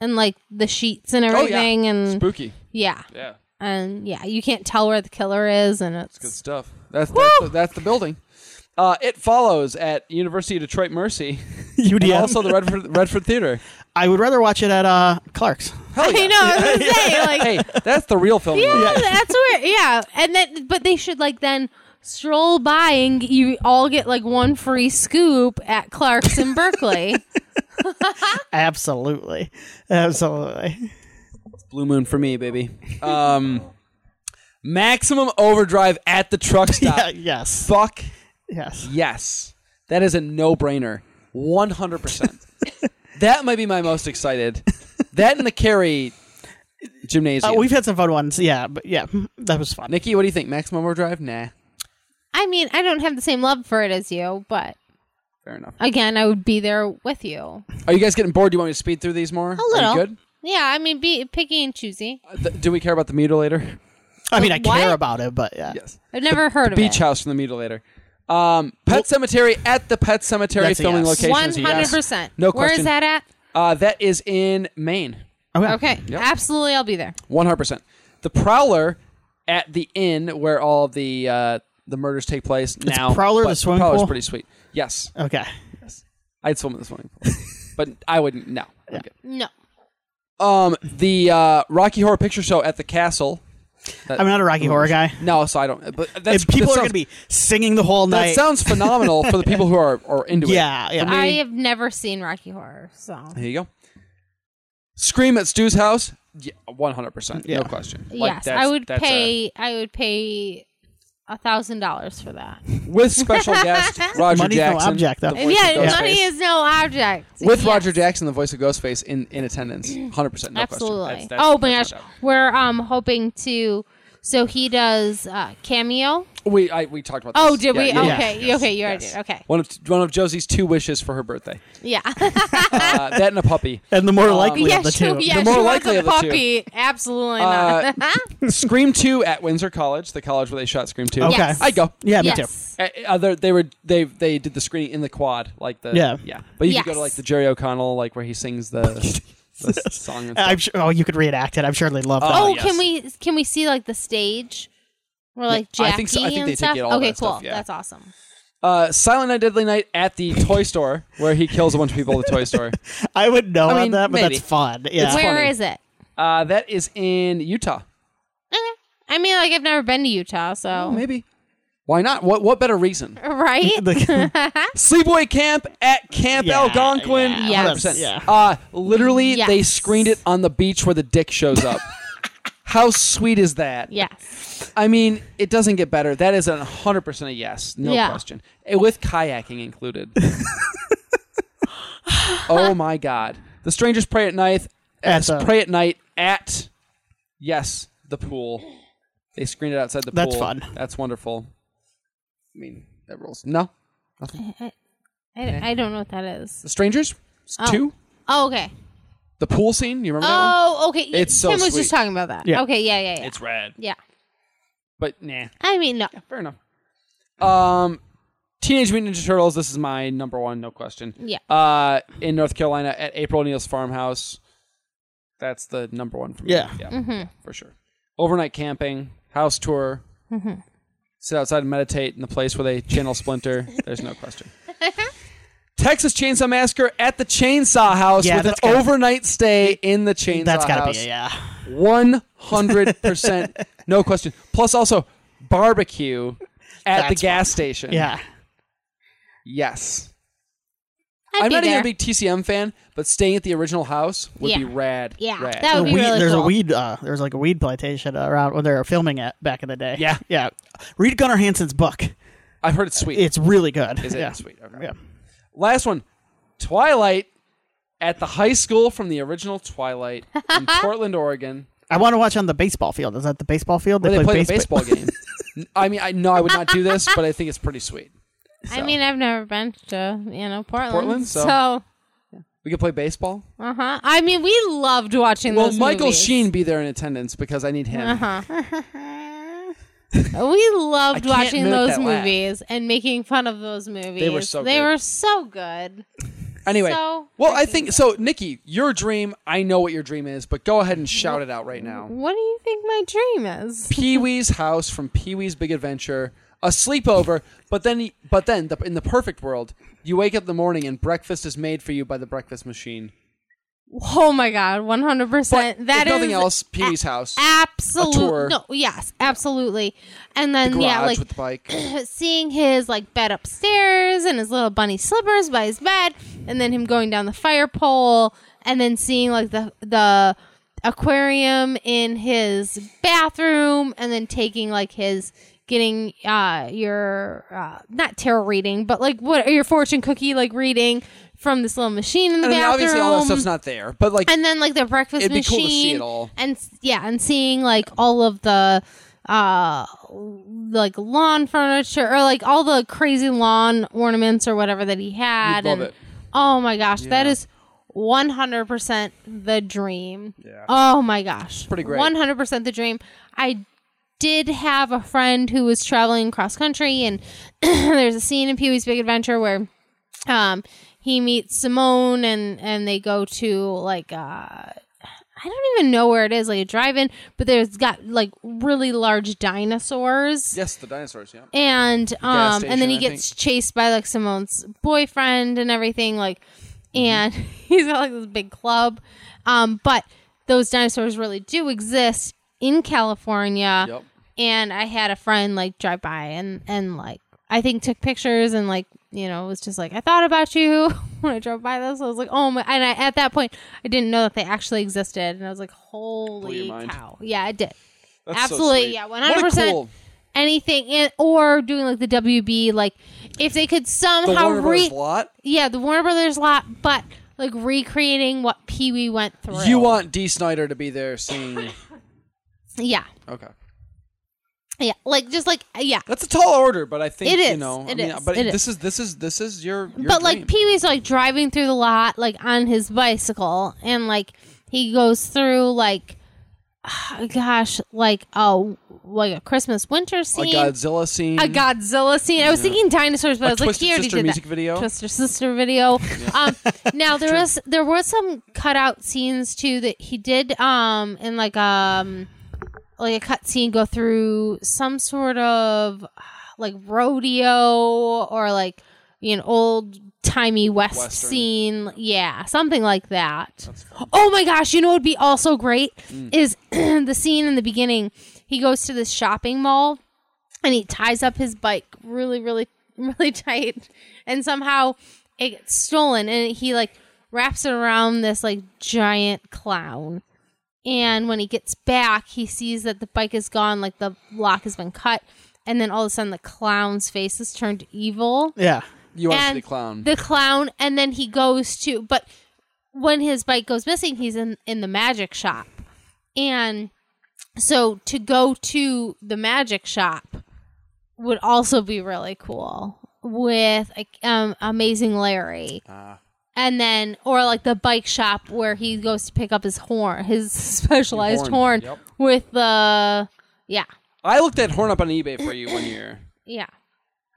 Speaker 3: and like the sheets and
Speaker 1: Oh, yeah.
Speaker 3: everything, and
Speaker 1: spooky.
Speaker 3: yeah,
Speaker 1: Yeah,
Speaker 3: and yeah, you can't tell where the killer is, and it's,
Speaker 1: good stuff. That's that's the, that's the building. Uh, it follows at University of Detroit Mercy, and
Speaker 2: UDM.
Speaker 1: also the Redford Redford Theater.
Speaker 2: I would rather watch it at uh, Clark's.
Speaker 1: Hell yeah.
Speaker 3: I know. I was gonna say like
Speaker 1: Hey, that's the real film.
Speaker 3: yeah, that's where yeah, and then but they should like then. Stroll by and g- you all get like one free scoop at Clark's in Berkeley.
Speaker 2: Absolutely. Absolutely.
Speaker 1: Blue Moon for me, baby. Um, Maximum overdrive at the truck stop.
Speaker 2: Yeah, yes.
Speaker 1: Fuck
Speaker 2: Yes.
Speaker 1: yes. That is a no brainer. 100%. that might be my most excited. That and the carry
Speaker 2: Uh,
Speaker 3: Uh,
Speaker 1: gymnasium.
Speaker 2: we've had some fun ones. Yeah, but yeah, that was fun.
Speaker 1: Nikki, what do you think? Maximum overdrive? Nah.
Speaker 3: I mean, I don't have the same love for it as you, but
Speaker 1: Fair enough.
Speaker 3: again, I would be there with you.
Speaker 1: Are you guys getting bored? Do you want me to speed through these more?
Speaker 3: A little.
Speaker 1: Are you good?
Speaker 3: Yeah, I mean, be picky and choosy.
Speaker 1: Uh, th- do we care about the mutilator?
Speaker 2: I mean, I
Speaker 3: What?
Speaker 2: care about it, but yeah.
Speaker 1: Yes.
Speaker 3: I've never heard of
Speaker 1: Beach
Speaker 3: it.
Speaker 1: house from the mutilator. Um, Pet Cemetery at the Pet Cemetery
Speaker 2: That's a
Speaker 1: filming
Speaker 2: yes.
Speaker 1: location.
Speaker 3: One
Speaker 1: is a yes.
Speaker 3: hundred percent.
Speaker 1: No
Speaker 3: Where
Speaker 1: question.
Speaker 3: is that at?
Speaker 1: Uh, that is in Maine.
Speaker 3: Okay, absolutely, I'll be there.
Speaker 1: One hundred percent. The Prowler at the inn where all the uh, the murders take place now.
Speaker 2: Prowler,
Speaker 1: but
Speaker 2: the swimming
Speaker 1: Prowler's
Speaker 2: pool?
Speaker 1: pretty sweet. Yes,
Speaker 2: Okay.
Speaker 1: I'd swim in the swimming pool, but I wouldn't. No. Okay.
Speaker 3: No,
Speaker 1: Um, the uh, Rocky Horror Picture Show at the castle.
Speaker 2: I'm not a Rocky Horror guy.
Speaker 1: No, so I don't. But that's
Speaker 2: If people
Speaker 1: that
Speaker 2: are going
Speaker 1: sounds-
Speaker 2: to be singing the whole
Speaker 1: That
Speaker 2: night.
Speaker 1: sounds phenomenal for the people who are, are into it.
Speaker 2: yeah, yeah.
Speaker 3: I have never seen Rocky Horror, so
Speaker 1: There you go. Scream at Stu's house. Yeah, one hundred percent.
Speaker 2: Yeah.
Speaker 1: No question. Like,
Speaker 3: yes,
Speaker 1: that's-
Speaker 3: I would
Speaker 1: that's a-
Speaker 3: pay. I would pay a thousand dollars for that.
Speaker 1: with special guest Roger
Speaker 2: Money's no
Speaker 1: Jackson.
Speaker 2: object, though.
Speaker 1: the voice of
Speaker 3: yeah, money
Speaker 1: Ghostface.
Speaker 3: is no object.
Speaker 1: with
Speaker 3: Yes, Mm.
Speaker 1: Roger Jackson, the voice of Ghostface, in, in attendance, hundred percent, no
Speaker 3: Absolutely.
Speaker 1: question.
Speaker 3: oh my gosh,
Speaker 1: no doubt.
Speaker 3: we're um hoping to. So he does uh, cameo.
Speaker 1: we I, we talked about. This.
Speaker 3: Oh, did
Speaker 1: Yeah,
Speaker 3: we?
Speaker 1: yeah, yeah.
Speaker 3: okay,
Speaker 1: Yes,
Speaker 3: okay, you already
Speaker 1: yes.
Speaker 3: did. Okay,
Speaker 1: One of one of Josie's two wishes for her birthday.
Speaker 3: yeah.
Speaker 1: Uh, that and a puppy.
Speaker 2: and the more likely
Speaker 3: yeah,
Speaker 2: of the
Speaker 3: she,
Speaker 2: two.
Speaker 3: yeah,
Speaker 1: The more
Speaker 3: she
Speaker 1: likely of
Speaker 3: wants a
Speaker 1: the two.
Speaker 3: puppy. Absolutely
Speaker 1: Uh,
Speaker 3: not.
Speaker 1: Scream two at Windsor College, the college where they shot Scream two.
Speaker 2: Okay.
Speaker 3: Yes.
Speaker 1: I'd go.
Speaker 2: Yeah, me
Speaker 3: yes.
Speaker 1: Uh, uh, they they were they they did the screening in the quad, like the
Speaker 2: Yeah.
Speaker 1: yeah. But you could go
Speaker 3: Yes.
Speaker 1: to like the Jerry O'Connell, like where he sings the, the song. And
Speaker 2: too. I'm
Speaker 1: stuff.
Speaker 2: sure, oh, you could reenact it. I'm sure they'd love that.
Speaker 1: Oh,
Speaker 3: Oh,
Speaker 1: yes.
Speaker 3: can we can we see like the stage? We're like
Speaker 1: I
Speaker 3: Jackie
Speaker 1: think so. I think
Speaker 3: and
Speaker 1: they take
Speaker 3: stuff.
Speaker 1: it all
Speaker 3: okay,
Speaker 1: that
Speaker 3: cool.
Speaker 1: stuff, yeah.
Speaker 3: That's awesome.
Speaker 1: Uh, Silent Night, Deadly Night at the toy store, where he kills a bunch of people at the toy store.
Speaker 2: I would know
Speaker 1: I mean,
Speaker 2: on that, but
Speaker 1: maybe.
Speaker 2: that's fun. Yeah.
Speaker 1: It's-
Speaker 3: Where is
Speaker 1: funny.
Speaker 3: it?
Speaker 1: Uh, that is in Utah.
Speaker 3: Okay. I mean, like I've never been to Utah, so
Speaker 1: Oh, Maybe. Why not? What what better reason?
Speaker 3: right.
Speaker 1: Sleepaway Camp at Camp
Speaker 2: Yeah,
Speaker 1: Algonquin.
Speaker 3: yeah.
Speaker 1: 100%.
Speaker 2: Yes.
Speaker 1: Uh, literally,
Speaker 3: Yes.
Speaker 1: they screened it on the beach where the dick shows up. How sweet is that?
Speaker 3: yes.
Speaker 1: I mean, it doesn't get better. That is a 100% a yes. No
Speaker 3: Yeah.
Speaker 1: question. Eh, With kayaking included. oh my God. The Strangers Pray at Night.
Speaker 2: At the-
Speaker 1: pray at Night at, yes, the pool. They screened it outside the
Speaker 2: That's
Speaker 1: pool.
Speaker 2: fun.
Speaker 1: That's wonderful. I mean, that rules. No. Nothing.
Speaker 3: I, I don't know what that is.
Speaker 1: The Strangers?
Speaker 3: Oh.
Speaker 1: Two?
Speaker 3: Oh, okay.
Speaker 1: The pool scene? You remember that one?
Speaker 3: Oh, okay. y-
Speaker 1: It's so
Speaker 3: Tim was
Speaker 1: sweet.
Speaker 3: just talking about that.
Speaker 2: Yeah.
Speaker 3: Okay. Yeah. Yeah. Yeah.
Speaker 1: It's rad.
Speaker 3: yeah.
Speaker 1: But nah.
Speaker 3: I mean, no.
Speaker 1: Fair enough. Um, Teenage Mutant Ninja Turtles. This is my number one, no question.
Speaker 3: Yeah.
Speaker 1: Uh, in North Carolina at April O'Neil's farmhouse. That's the number one for me.
Speaker 2: Yeah.
Speaker 1: yeah, yeah, for sure. Overnight camping, house tour. Sit outside and meditate in the place where they channel Splinter. There's no question. Texas Chainsaw Massacre at the Chainsaw House
Speaker 2: Yeah,
Speaker 1: with an
Speaker 2: that's gotta-
Speaker 1: overnight stay in the Chainsaw
Speaker 2: That's got to
Speaker 1: House.
Speaker 2: be, yeah.
Speaker 1: One hundred percent, no question. Plus, also barbecue at the
Speaker 2: That's
Speaker 1: gas station.
Speaker 2: Yeah.
Speaker 1: Yes.
Speaker 3: I'd
Speaker 1: am
Speaker 3: be
Speaker 1: not even
Speaker 3: there.
Speaker 1: a big TCM fan, but staying at the original house would be
Speaker 3: Yeah.
Speaker 1: rad.
Speaker 3: Yeah,
Speaker 1: rad.
Speaker 3: that
Speaker 2: The
Speaker 3: would be
Speaker 2: weed-
Speaker 3: really
Speaker 2: there's
Speaker 3: cool.
Speaker 2: a weed. Uh, there was like a weed plantation around when they were filming it back in the day.
Speaker 1: Yeah.
Speaker 2: yeah. Read Gunnar Hansen's book.
Speaker 1: I've heard it's sweet.
Speaker 2: It's really good.
Speaker 1: Is it
Speaker 2: Yeah.
Speaker 1: sweet? Okay.
Speaker 2: Yeah.
Speaker 1: Last one, Twilight at the high school from the original Twilight in Portland, Oregon.
Speaker 2: I want to watch on the baseball field. Is that the baseball field?
Speaker 1: Where they play the
Speaker 2: baseba-
Speaker 1: baseball game. N- I mean, I no, I would not do this, but I think it's pretty sweet.
Speaker 3: I mean, I've never been to you know Portland,
Speaker 1: Portland, so-
Speaker 3: so,
Speaker 1: We could play baseball.
Speaker 3: uh huh. I mean, we loved watching.
Speaker 1: Will
Speaker 3: those
Speaker 1: Michael
Speaker 3: movies.
Speaker 1: Sheen be there in attendance because I need him.
Speaker 3: We loved
Speaker 1: I can't
Speaker 3: watching
Speaker 1: mimic
Speaker 3: those
Speaker 1: that laugh.
Speaker 3: movies and making fun of those movies.
Speaker 1: They were so
Speaker 3: They
Speaker 1: good.
Speaker 3: were so good.
Speaker 1: Anyway,
Speaker 3: So
Speaker 1: well, I think so. Nikki, your dream. I know what your dream is, but go ahead and shout it out right now.
Speaker 3: What do you think my dream is?
Speaker 1: Pee Wee's house from Pee Wee's Big Adventure, a sleepover. But then, but then, the, in the perfect world, you wake up in the morning and breakfast is made for you by the breakfast machine.
Speaker 3: Oh my god, one hundred
Speaker 1: But
Speaker 3: percent. That
Speaker 1: if nothing
Speaker 3: is
Speaker 1: else, Pee Wee's house, tour.
Speaker 3: absolutely no. Yes, absolutely. And then
Speaker 1: garage
Speaker 3: yeah, like
Speaker 1: with the bike.
Speaker 3: seeing his like bed upstairs and his little bunny slippers by his bed and then him going down the fire pole and then seeing like the the aquarium in his bathroom and then taking like his getting uh your uh not tarot reading but like what your fortune cookie like reading from this little machine in the
Speaker 1: I mean,
Speaker 3: bathroom
Speaker 1: obviously all that stuff's not there, but like
Speaker 3: and then like the breakfast
Speaker 1: It'd be cool
Speaker 3: machine
Speaker 1: to see it all.
Speaker 3: and s- yeah and seeing like all of the uh like lawn furniture or like all the crazy lawn ornaments or whatever that he had
Speaker 1: You'd love
Speaker 3: and-
Speaker 1: it.
Speaker 3: oh my gosh that
Speaker 1: Yeah.
Speaker 3: is 100% the dream
Speaker 1: Yeah.
Speaker 3: oh my gosh
Speaker 1: pretty great.
Speaker 3: 100% the dream i did have a friend who was traveling cross country and there's a scene in pee-wee's big adventure where um he meets Simone and and they go to like uh I don't even know where it is, like a drive-in, but there's got like really large dinosaurs.
Speaker 1: yes, the dinosaurs. Yeah,
Speaker 3: And um and then
Speaker 1: station,
Speaker 3: he
Speaker 1: I
Speaker 3: gets chased by like Simone's boyfriend and everything like
Speaker 1: Mm-hmm.
Speaker 3: and he's got like this big club. Um but those dinosaurs really do exist in California
Speaker 1: Yep.
Speaker 3: and I had a friend like drive by and and like I think took pictures and like you know was just like I thought about you when I drove by this. I was like oh my and I, at that point I didn't know that they actually existed and I was like
Speaker 1: your
Speaker 3: holy
Speaker 1: mind.
Speaker 3: cow yeah I did
Speaker 1: That's so
Speaker 3: absolutely
Speaker 1: sweet.
Speaker 3: yeah
Speaker 1: What a
Speaker 3: 100%
Speaker 1: cool-
Speaker 3: anything in, or doing like the WB like if they could
Speaker 1: The
Speaker 3: somehow
Speaker 1: Warner
Speaker 3: re
Speaker 1: Brothers lot.
Speaker 3: yeah the Warner Brothers lot but like recreating what Pee Wee went through
Speaker 1: You want D. Snyder to be there seeing?
Speaker 3: yeah
Speaker 1: Okay,
Speaker 3: yeah like just like yeah
Speaker 1: that's a tall order, but I think
Speaker 3: It is.
Speaker 1: you know. I
Speaker 3: It
Speaker 1: mean,
Speaker 3: is.
Speaker 1: But
Speaker 3: It
Speaker 1: this is this is this is your. your
Speaker 3: but like
Speaker 1: dream.
Speaker 3: Pee Wee's like driving through the lot like on his bicycle, and like he goes through like, gosh, like a like a Christmas winter
Speaker 1: a
Speaker 3: scene,
Speaker 1: Godzilla scene,
Speaker 3: a Godzilla scene. I was thinking dinosaurs, but I was like,
Speaker 1: Twisted
Speaker 3: he already
Speaker 1: Sister
Speaker 3: did
Speaker 1: music
Speaker 3: that.
Speaker 1: video.
Speaker 3: Twister Sister video. Um, now there was there were some cutout scenes too that he did um in like um like a cut scene go through some sort of uh, like rodeo or like you know old timey west
Speaker 1: Western.
Speaker 3: scene yeah something like that oh my gosh you know what would be also great
Speaker 1: Mm.
Speaker 3: is the scene in the beginning he goes to this shopping mall and he ties up his bike really really really tight and somehow it gets stolen and he like wraps it around this like giant clown and when he gets back he sees that the bike is gone like the lock has been cut and then all of a sudden the clown's face is turned evil
Speaker 2: Yeah.
Speaker 1: you want to see
Speaker 3: and
Speaker 1: the clown?
Speaker 3: the clown and then he goes to but when his bike goes missing he's in in the magic shop and so to go to the magic shop would also be really cool with like, um, amazing larry
Speaker 1: Ah.
Speaker 3: and then or like the bike shop where he goes to pick up his horn his specialized
Speaker 1: Horn, yep.
Speaker 3: horn, with the yeah
Speaker 1: I looked that horn up on eBay for you one year.
Speaker 3: yeah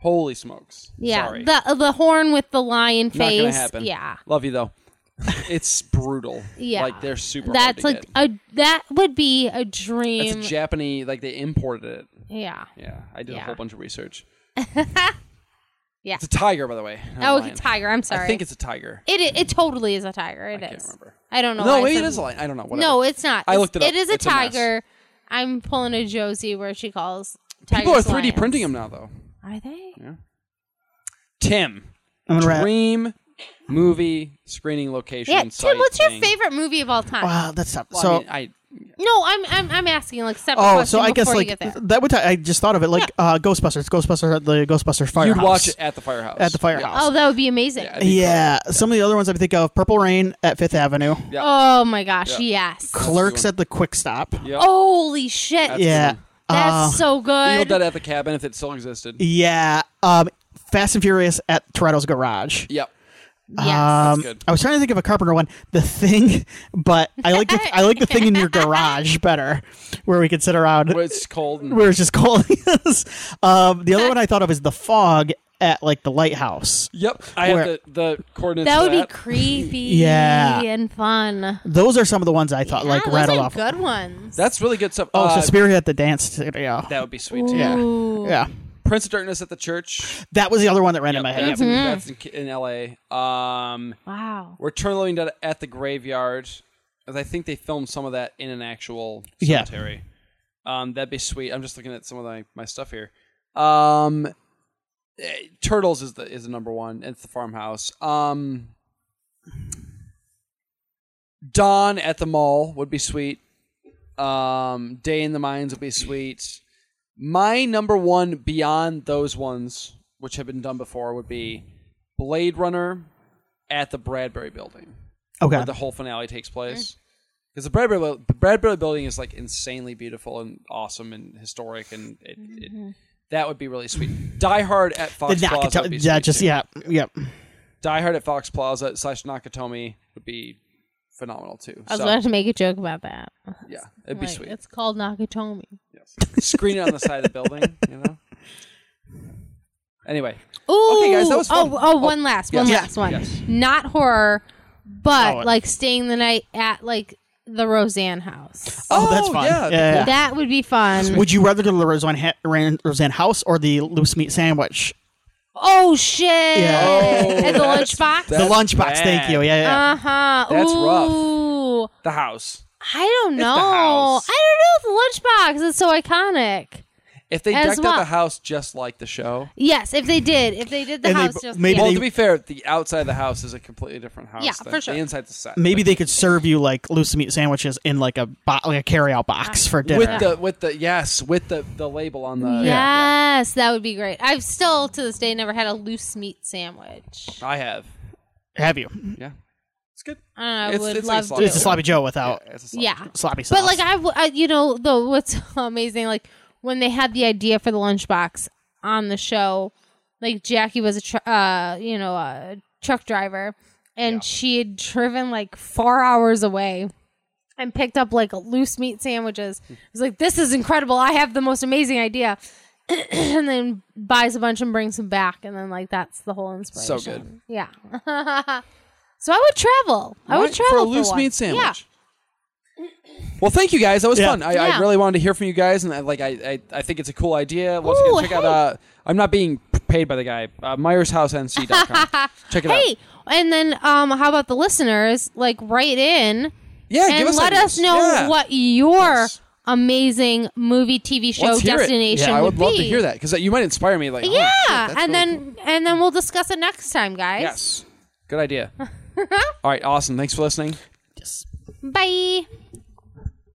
Speaker 1: Holy smokes!
Speaker 3: yeah
Speaker 1: Sorry.
Speaker 3: the the horn with the lion
Speaker 1: not
Speaker 3: face
Speaker 1: gonna happen.
Speaker 3: yeah
Speaker 1: love you though. It's brutal.
Speaker 3: Yeah.
Speaker 1: like they're super.
Speaker 3: That's
Speaker 1: hard
Speaker 3: like
Speaker 1: to
Speaker 3: a that would be a
Speaker 1: get.
Speaker 3: dream.
Speaker 1: it's a Japanese. Like they imported it.
Speaker 3: yeah.
Speaker 1: Yeah, I did a
Speaker 3: Yeah.
Speaker 1: whole bunch of research.
Speaker 3: Yeah.
Speaker 1: it's a tiger, by the way. not a
Speaker 3: Oh,
Speaker 1: lion.
Speaker 3: okay, tiger. I'm sorry.
Speaker 1: I think it's a tiger.
Speaker 3: it. i- It totally is a tiger. It is.
Speaker 1: I can't remember.
Speaker 3: I don't know.
Speaker 1: No,
Speaker 3: why
Speaker 1: wait,
Speaker 3: said-
Speaker 1: it is a lion. I don't know. Whatever.
Speaker 3: No, it's not.
Speaker 1: I
Speaker 3: It's-
Speaker 1: looked it up.
Speaker 3: It is a
Speaker 1: It's a mess.
Speaker 3: tiger. I'm pulling a Josie where she calls tigers.
Speaker 1: people are 3D
Speaker 3: lions.
Speaker 1: printing them now, though.
Speaker 3: Are they?
Speaker 1: Tim,
Speaker 2: I'm gonna wrap.
Speaker 1: dream movie screening location.
Speaker 3: Yeah. Tim,
Speaker 1: site
Speaker 3: what's your
Speaker 1: thing.
Speaker 3: favorite movie of all time?
Speaker 2: Wow, that's tough.
Speaker 1: Well,
Speaker 2: so
Speaker 1: I, mean, I
Speaker 3: No, I'm I'm I'm asking like separate
Speaker 2: Oh,
Speaker 3: question
Speaker 2: so I guess
Speaker 3: before
Speaker 2: like
Speaker 3: you get there.
Speaker 2: that would. I just thought of it like uh, Ghostbusters, Ghostbusters, at the Ghostbusters firehouse.
Speaker 1: you'd watch it at the firehouse.
Speaker 2: At the firehouse.
Speaker 3: Oh, that would be amazing.
Speaker 1: Yeah.
Speaker 2: Yeah, some of the other ones I think of: Purple Rain at Fifth Avenue,
Speaker 1: Yeah.
Speaker 3: Oh my gosh, yes.
Speaker 2: Clerks
Speaker 1: one.
Speaker 2: at the Quick Stop.
Speaker 1: Yeah.
Speaker 3: Oh, Holy shit.
Speaker 1: That's-
Speaker 3: That's,
Speaker 2: yeah,
Speaker 1: good one.
Speaker 2: uh,
Speaker 3: so
Speaker 1: You
Speaker 3: good.
Speaker 1: did that at the cabin if it still existed.
Speaker 2: E- yeah. Um, Fast and Furious at Toretto's Garage.
Speaker 1: Yep.
Speaker 3: yes.
Speaker 2: Um,
Speaker 1: good.
Speaker 2: I was trying to think of a Carpenter one, The Thing, but I like the I like the thing in your garage better, where we could sit around
Speaker 1: Where it's cold and
Speaker 2: where it's just cold. um, the other one I thought of is The Fog at like the lighthouse.
Speaker 1: Yep. I have
Speaker 2: Where-
Speaker 1: the, the coordinates.
Speaker 3: that
Speaker 1: for
Speaker 3: would be
Speaker 1: that.
Speaker 3: creepy
Speaker 2: Yeah.
Speaker 3: and fun.
Speaker 2: Those are some of the ones I thought like
Speaker 1: Ah,
Speaker 3: yeah,
Speaker 2: rattled
Speaker 3: those are
Speaker 2: off.
Speaker 3: good ones.
Speaker 1: That's really good stuff.
Speaker 2: Oh,
Speaker 1: Uh,
Speaker 2: so Spirit at the dance studio.
Speaker 1: that would be sweet. Too.
Speaker 2: yeah,
Speaker 3: Ooh.
Speaker 2: yeah.
Speaker 1: Prince of Darkness at the church.
Speaker 2: That was the other one that ran in my head.
Speaker 3: Mm-hmm.
Speaker 1: That's, that's in, in L.A. Um,
Speaker 3: Wow.
Speaker 1: We're turning at, at the graveyard, as I think they filmed some of that in an actual
Speaker 2: Yeah.
Speaker 1: cemetery. Um, that'd be sweet. I'm just looking at some of my, my stuff here. Um, eh, Turtles is the is the number one. It's the farmhouse. Um, Dawn at the mall would be sweet. Um, Day in the Mines would be sweet. My number one beyond those ones, which have been done before, would be Blade Runner at the Bradbury Building,
Speaker 2: Okay.
Speaker 1: where the whole finale
Speaker 3: Mm.
Speaker 1: takes place. Because the Bradbury, Bu- the Bradbury Building is like insanely beautiful and awesome and historic, and it,
Speaker 3: Mm-hmm.
Speaker 1: it, that would be really sweet. Die Hard at Fox
Speaker 2: The
Speaker 1: Plaza.
Speaker 2: Nakata-
Speaker 1: would be
Speaker 2: yeah,
Speaker 1: sweet
Speaker 2: just
Speaker 1: too.
Speaker 2: yeah, yep.
Speaker 1: Die Hard at Fox Plaza slash Nakatomi would be phenomenal too.
Speaker 3: I was
Speaker 1: so,
Speaker 3: about to make a joke about that.
Speaker 1: yeah, it'd be
Speaker 3: Like,
Speaker 1: sweet.
Speaker 3: It's called Nakatomi.
Speaker 1: Screen it on the side of the building, you know. Anyway,
Speaker 3: Ooh,
Speaker 1: Okay, guys, that was fun.
Speaker 3: Oh, oh, one last, one
Speaker 1: yes.
Speaker 3: last one.
Speaker 1: Yes.
Speaker 3: Not horror, but
Speaker 2: Oh, it-
Speaker 3: like staying the night at like the Roseanne house.
Speaker 2: Oh, that's fun.
Speaker 1: Yeah,
Speaker 2: Yeah, yeah.
Speaker 3: That would be fun.
Speaker 2: Would you rather go to the Roseanne, ha- Ran- Roseanne house or the loose meat sandwich?
Speaker 3: oh shit! At the
Speaker 1: that's-
Speaker 3: lunchbox.
Speaker 1: that's
Speaker 2: the lunchbox.
Speaker 1: bad.
Speaker 2: Thank you. Yeah, yeah.
Speaker 3: Uh huh.
Speaker 1: That's rough.
Speaker 3: Ooh.
Speaker 1: the house.
Speaker 3: I don't know. I
Speaker 1: house.
Speaker 3: don't know if the lunchbox is so iconic.
Speaker 1: If they
Speaker 3: As
Speaker 1: decked out
Speaker 3: well.
Speaker 1: the house just like the show.
Speaker 3: Yes, if they did, if they did the
Speaker 2: And they-
Speaker 3: house, just
Speaker 2: maybe
Speaker 3: yeah.
Speaker 1: Well,
Speaker 2: they-
Speaker 1: to be fair, the outside of the house is a completely different house.
Speaker 3: Yeah,
Speaker 1: than
Speaker 3: for sure.
Speaker 1: The inside's a set.
Speaker 2: Maybe they could serve you like loose meat sandwiches in like a bo- like a carry out box for dinner.
Speaker 1: with the with the yes with the the label on
Speaker 2: uh,
Speaker 1: the
Speaker 3: yes, that would be great. I've still to this day never had a loose meat sandwich.
Speaker 1: I have
Speaker 2: Have you?
Speaker 1: yeah. It's good.
Speaker 3: I
Speaker 1: It's-
Speaker 3: would
Speaker 1: it's like
Speaker 3: love
Speaker 1: sloppy
Speaker 3: to.
Speaker 2: It's a sloppy Joe without
Speaker 1: Yeah, Oh. it's a
Speaker 3: yeah,
Speaker 2: sloppy sauce.
Speaker 3: but like I, w- I- you know, though what's amazing, like when they had the idea for the lunchbox on the show, like Jackie was a, tr- uh, you know, a truck driver, and she had driven like four hours away. and picked up like loose meat sandwiches.
Speaker 1: Hmm.
Speaker 3: I was like, this is incredible. I have the most amazing idea. and then buys a bunch and brings them back. And then, like, that's the whole inspiration.
Speaker 1: good.
Speaker 3: Yeah. so I would travel. I would
Speaker 1: Right?
Speaker 3: travel
Speaker 1: for a loose
Speaker 3: one.
Speaker 1: meat sandwich. Well, thank you guys. That was
Speaker 2: Yeah.
Speaker 1: fun. I, I
Speaker 3: Yeah.
Speaker 1: really wanted to hear from you guys, and I, like I, I, I think it's a cool idea. Once
Speaker 3: Ooh,
Speaker 1: again, check out.
Speaker 3: hey.
Speaker 1: Uh, I'm not being paid by the guy. Uh, MyersHouseNC.com. check it out.
Speaker 3: Hey, and then um, how about the listeners? Like, write in
Speaker 1: Yeah,
Speaker 3: and
Speaker 1: give us
Speaker 3: let
Speaker 1: ideas.
Speaker 3: us know
Speaker 1: Yeah.
Speaker 3: what your
Speaker 1: Yes.
Speaker 3: amazing movie, TV show
Speaker 1: Let's hear it.
Speaker 3: destination
Speaker 1: Yeah, I would
Speaker 3: would be.
Speaker 1: love to hear that because you might inspire me. Like, holy
Speaker 3: Yeah,
Speaker 1: shit, that's really
Speaker 3: and then
Speaker 1: cool.
Speaker 3: and then we'll discuss it next time, guys.
Speaker 1: yes, good idea. All right, awesome. Thanks for listening.
Speaker 2: Yes.
Speaker 3: Bye.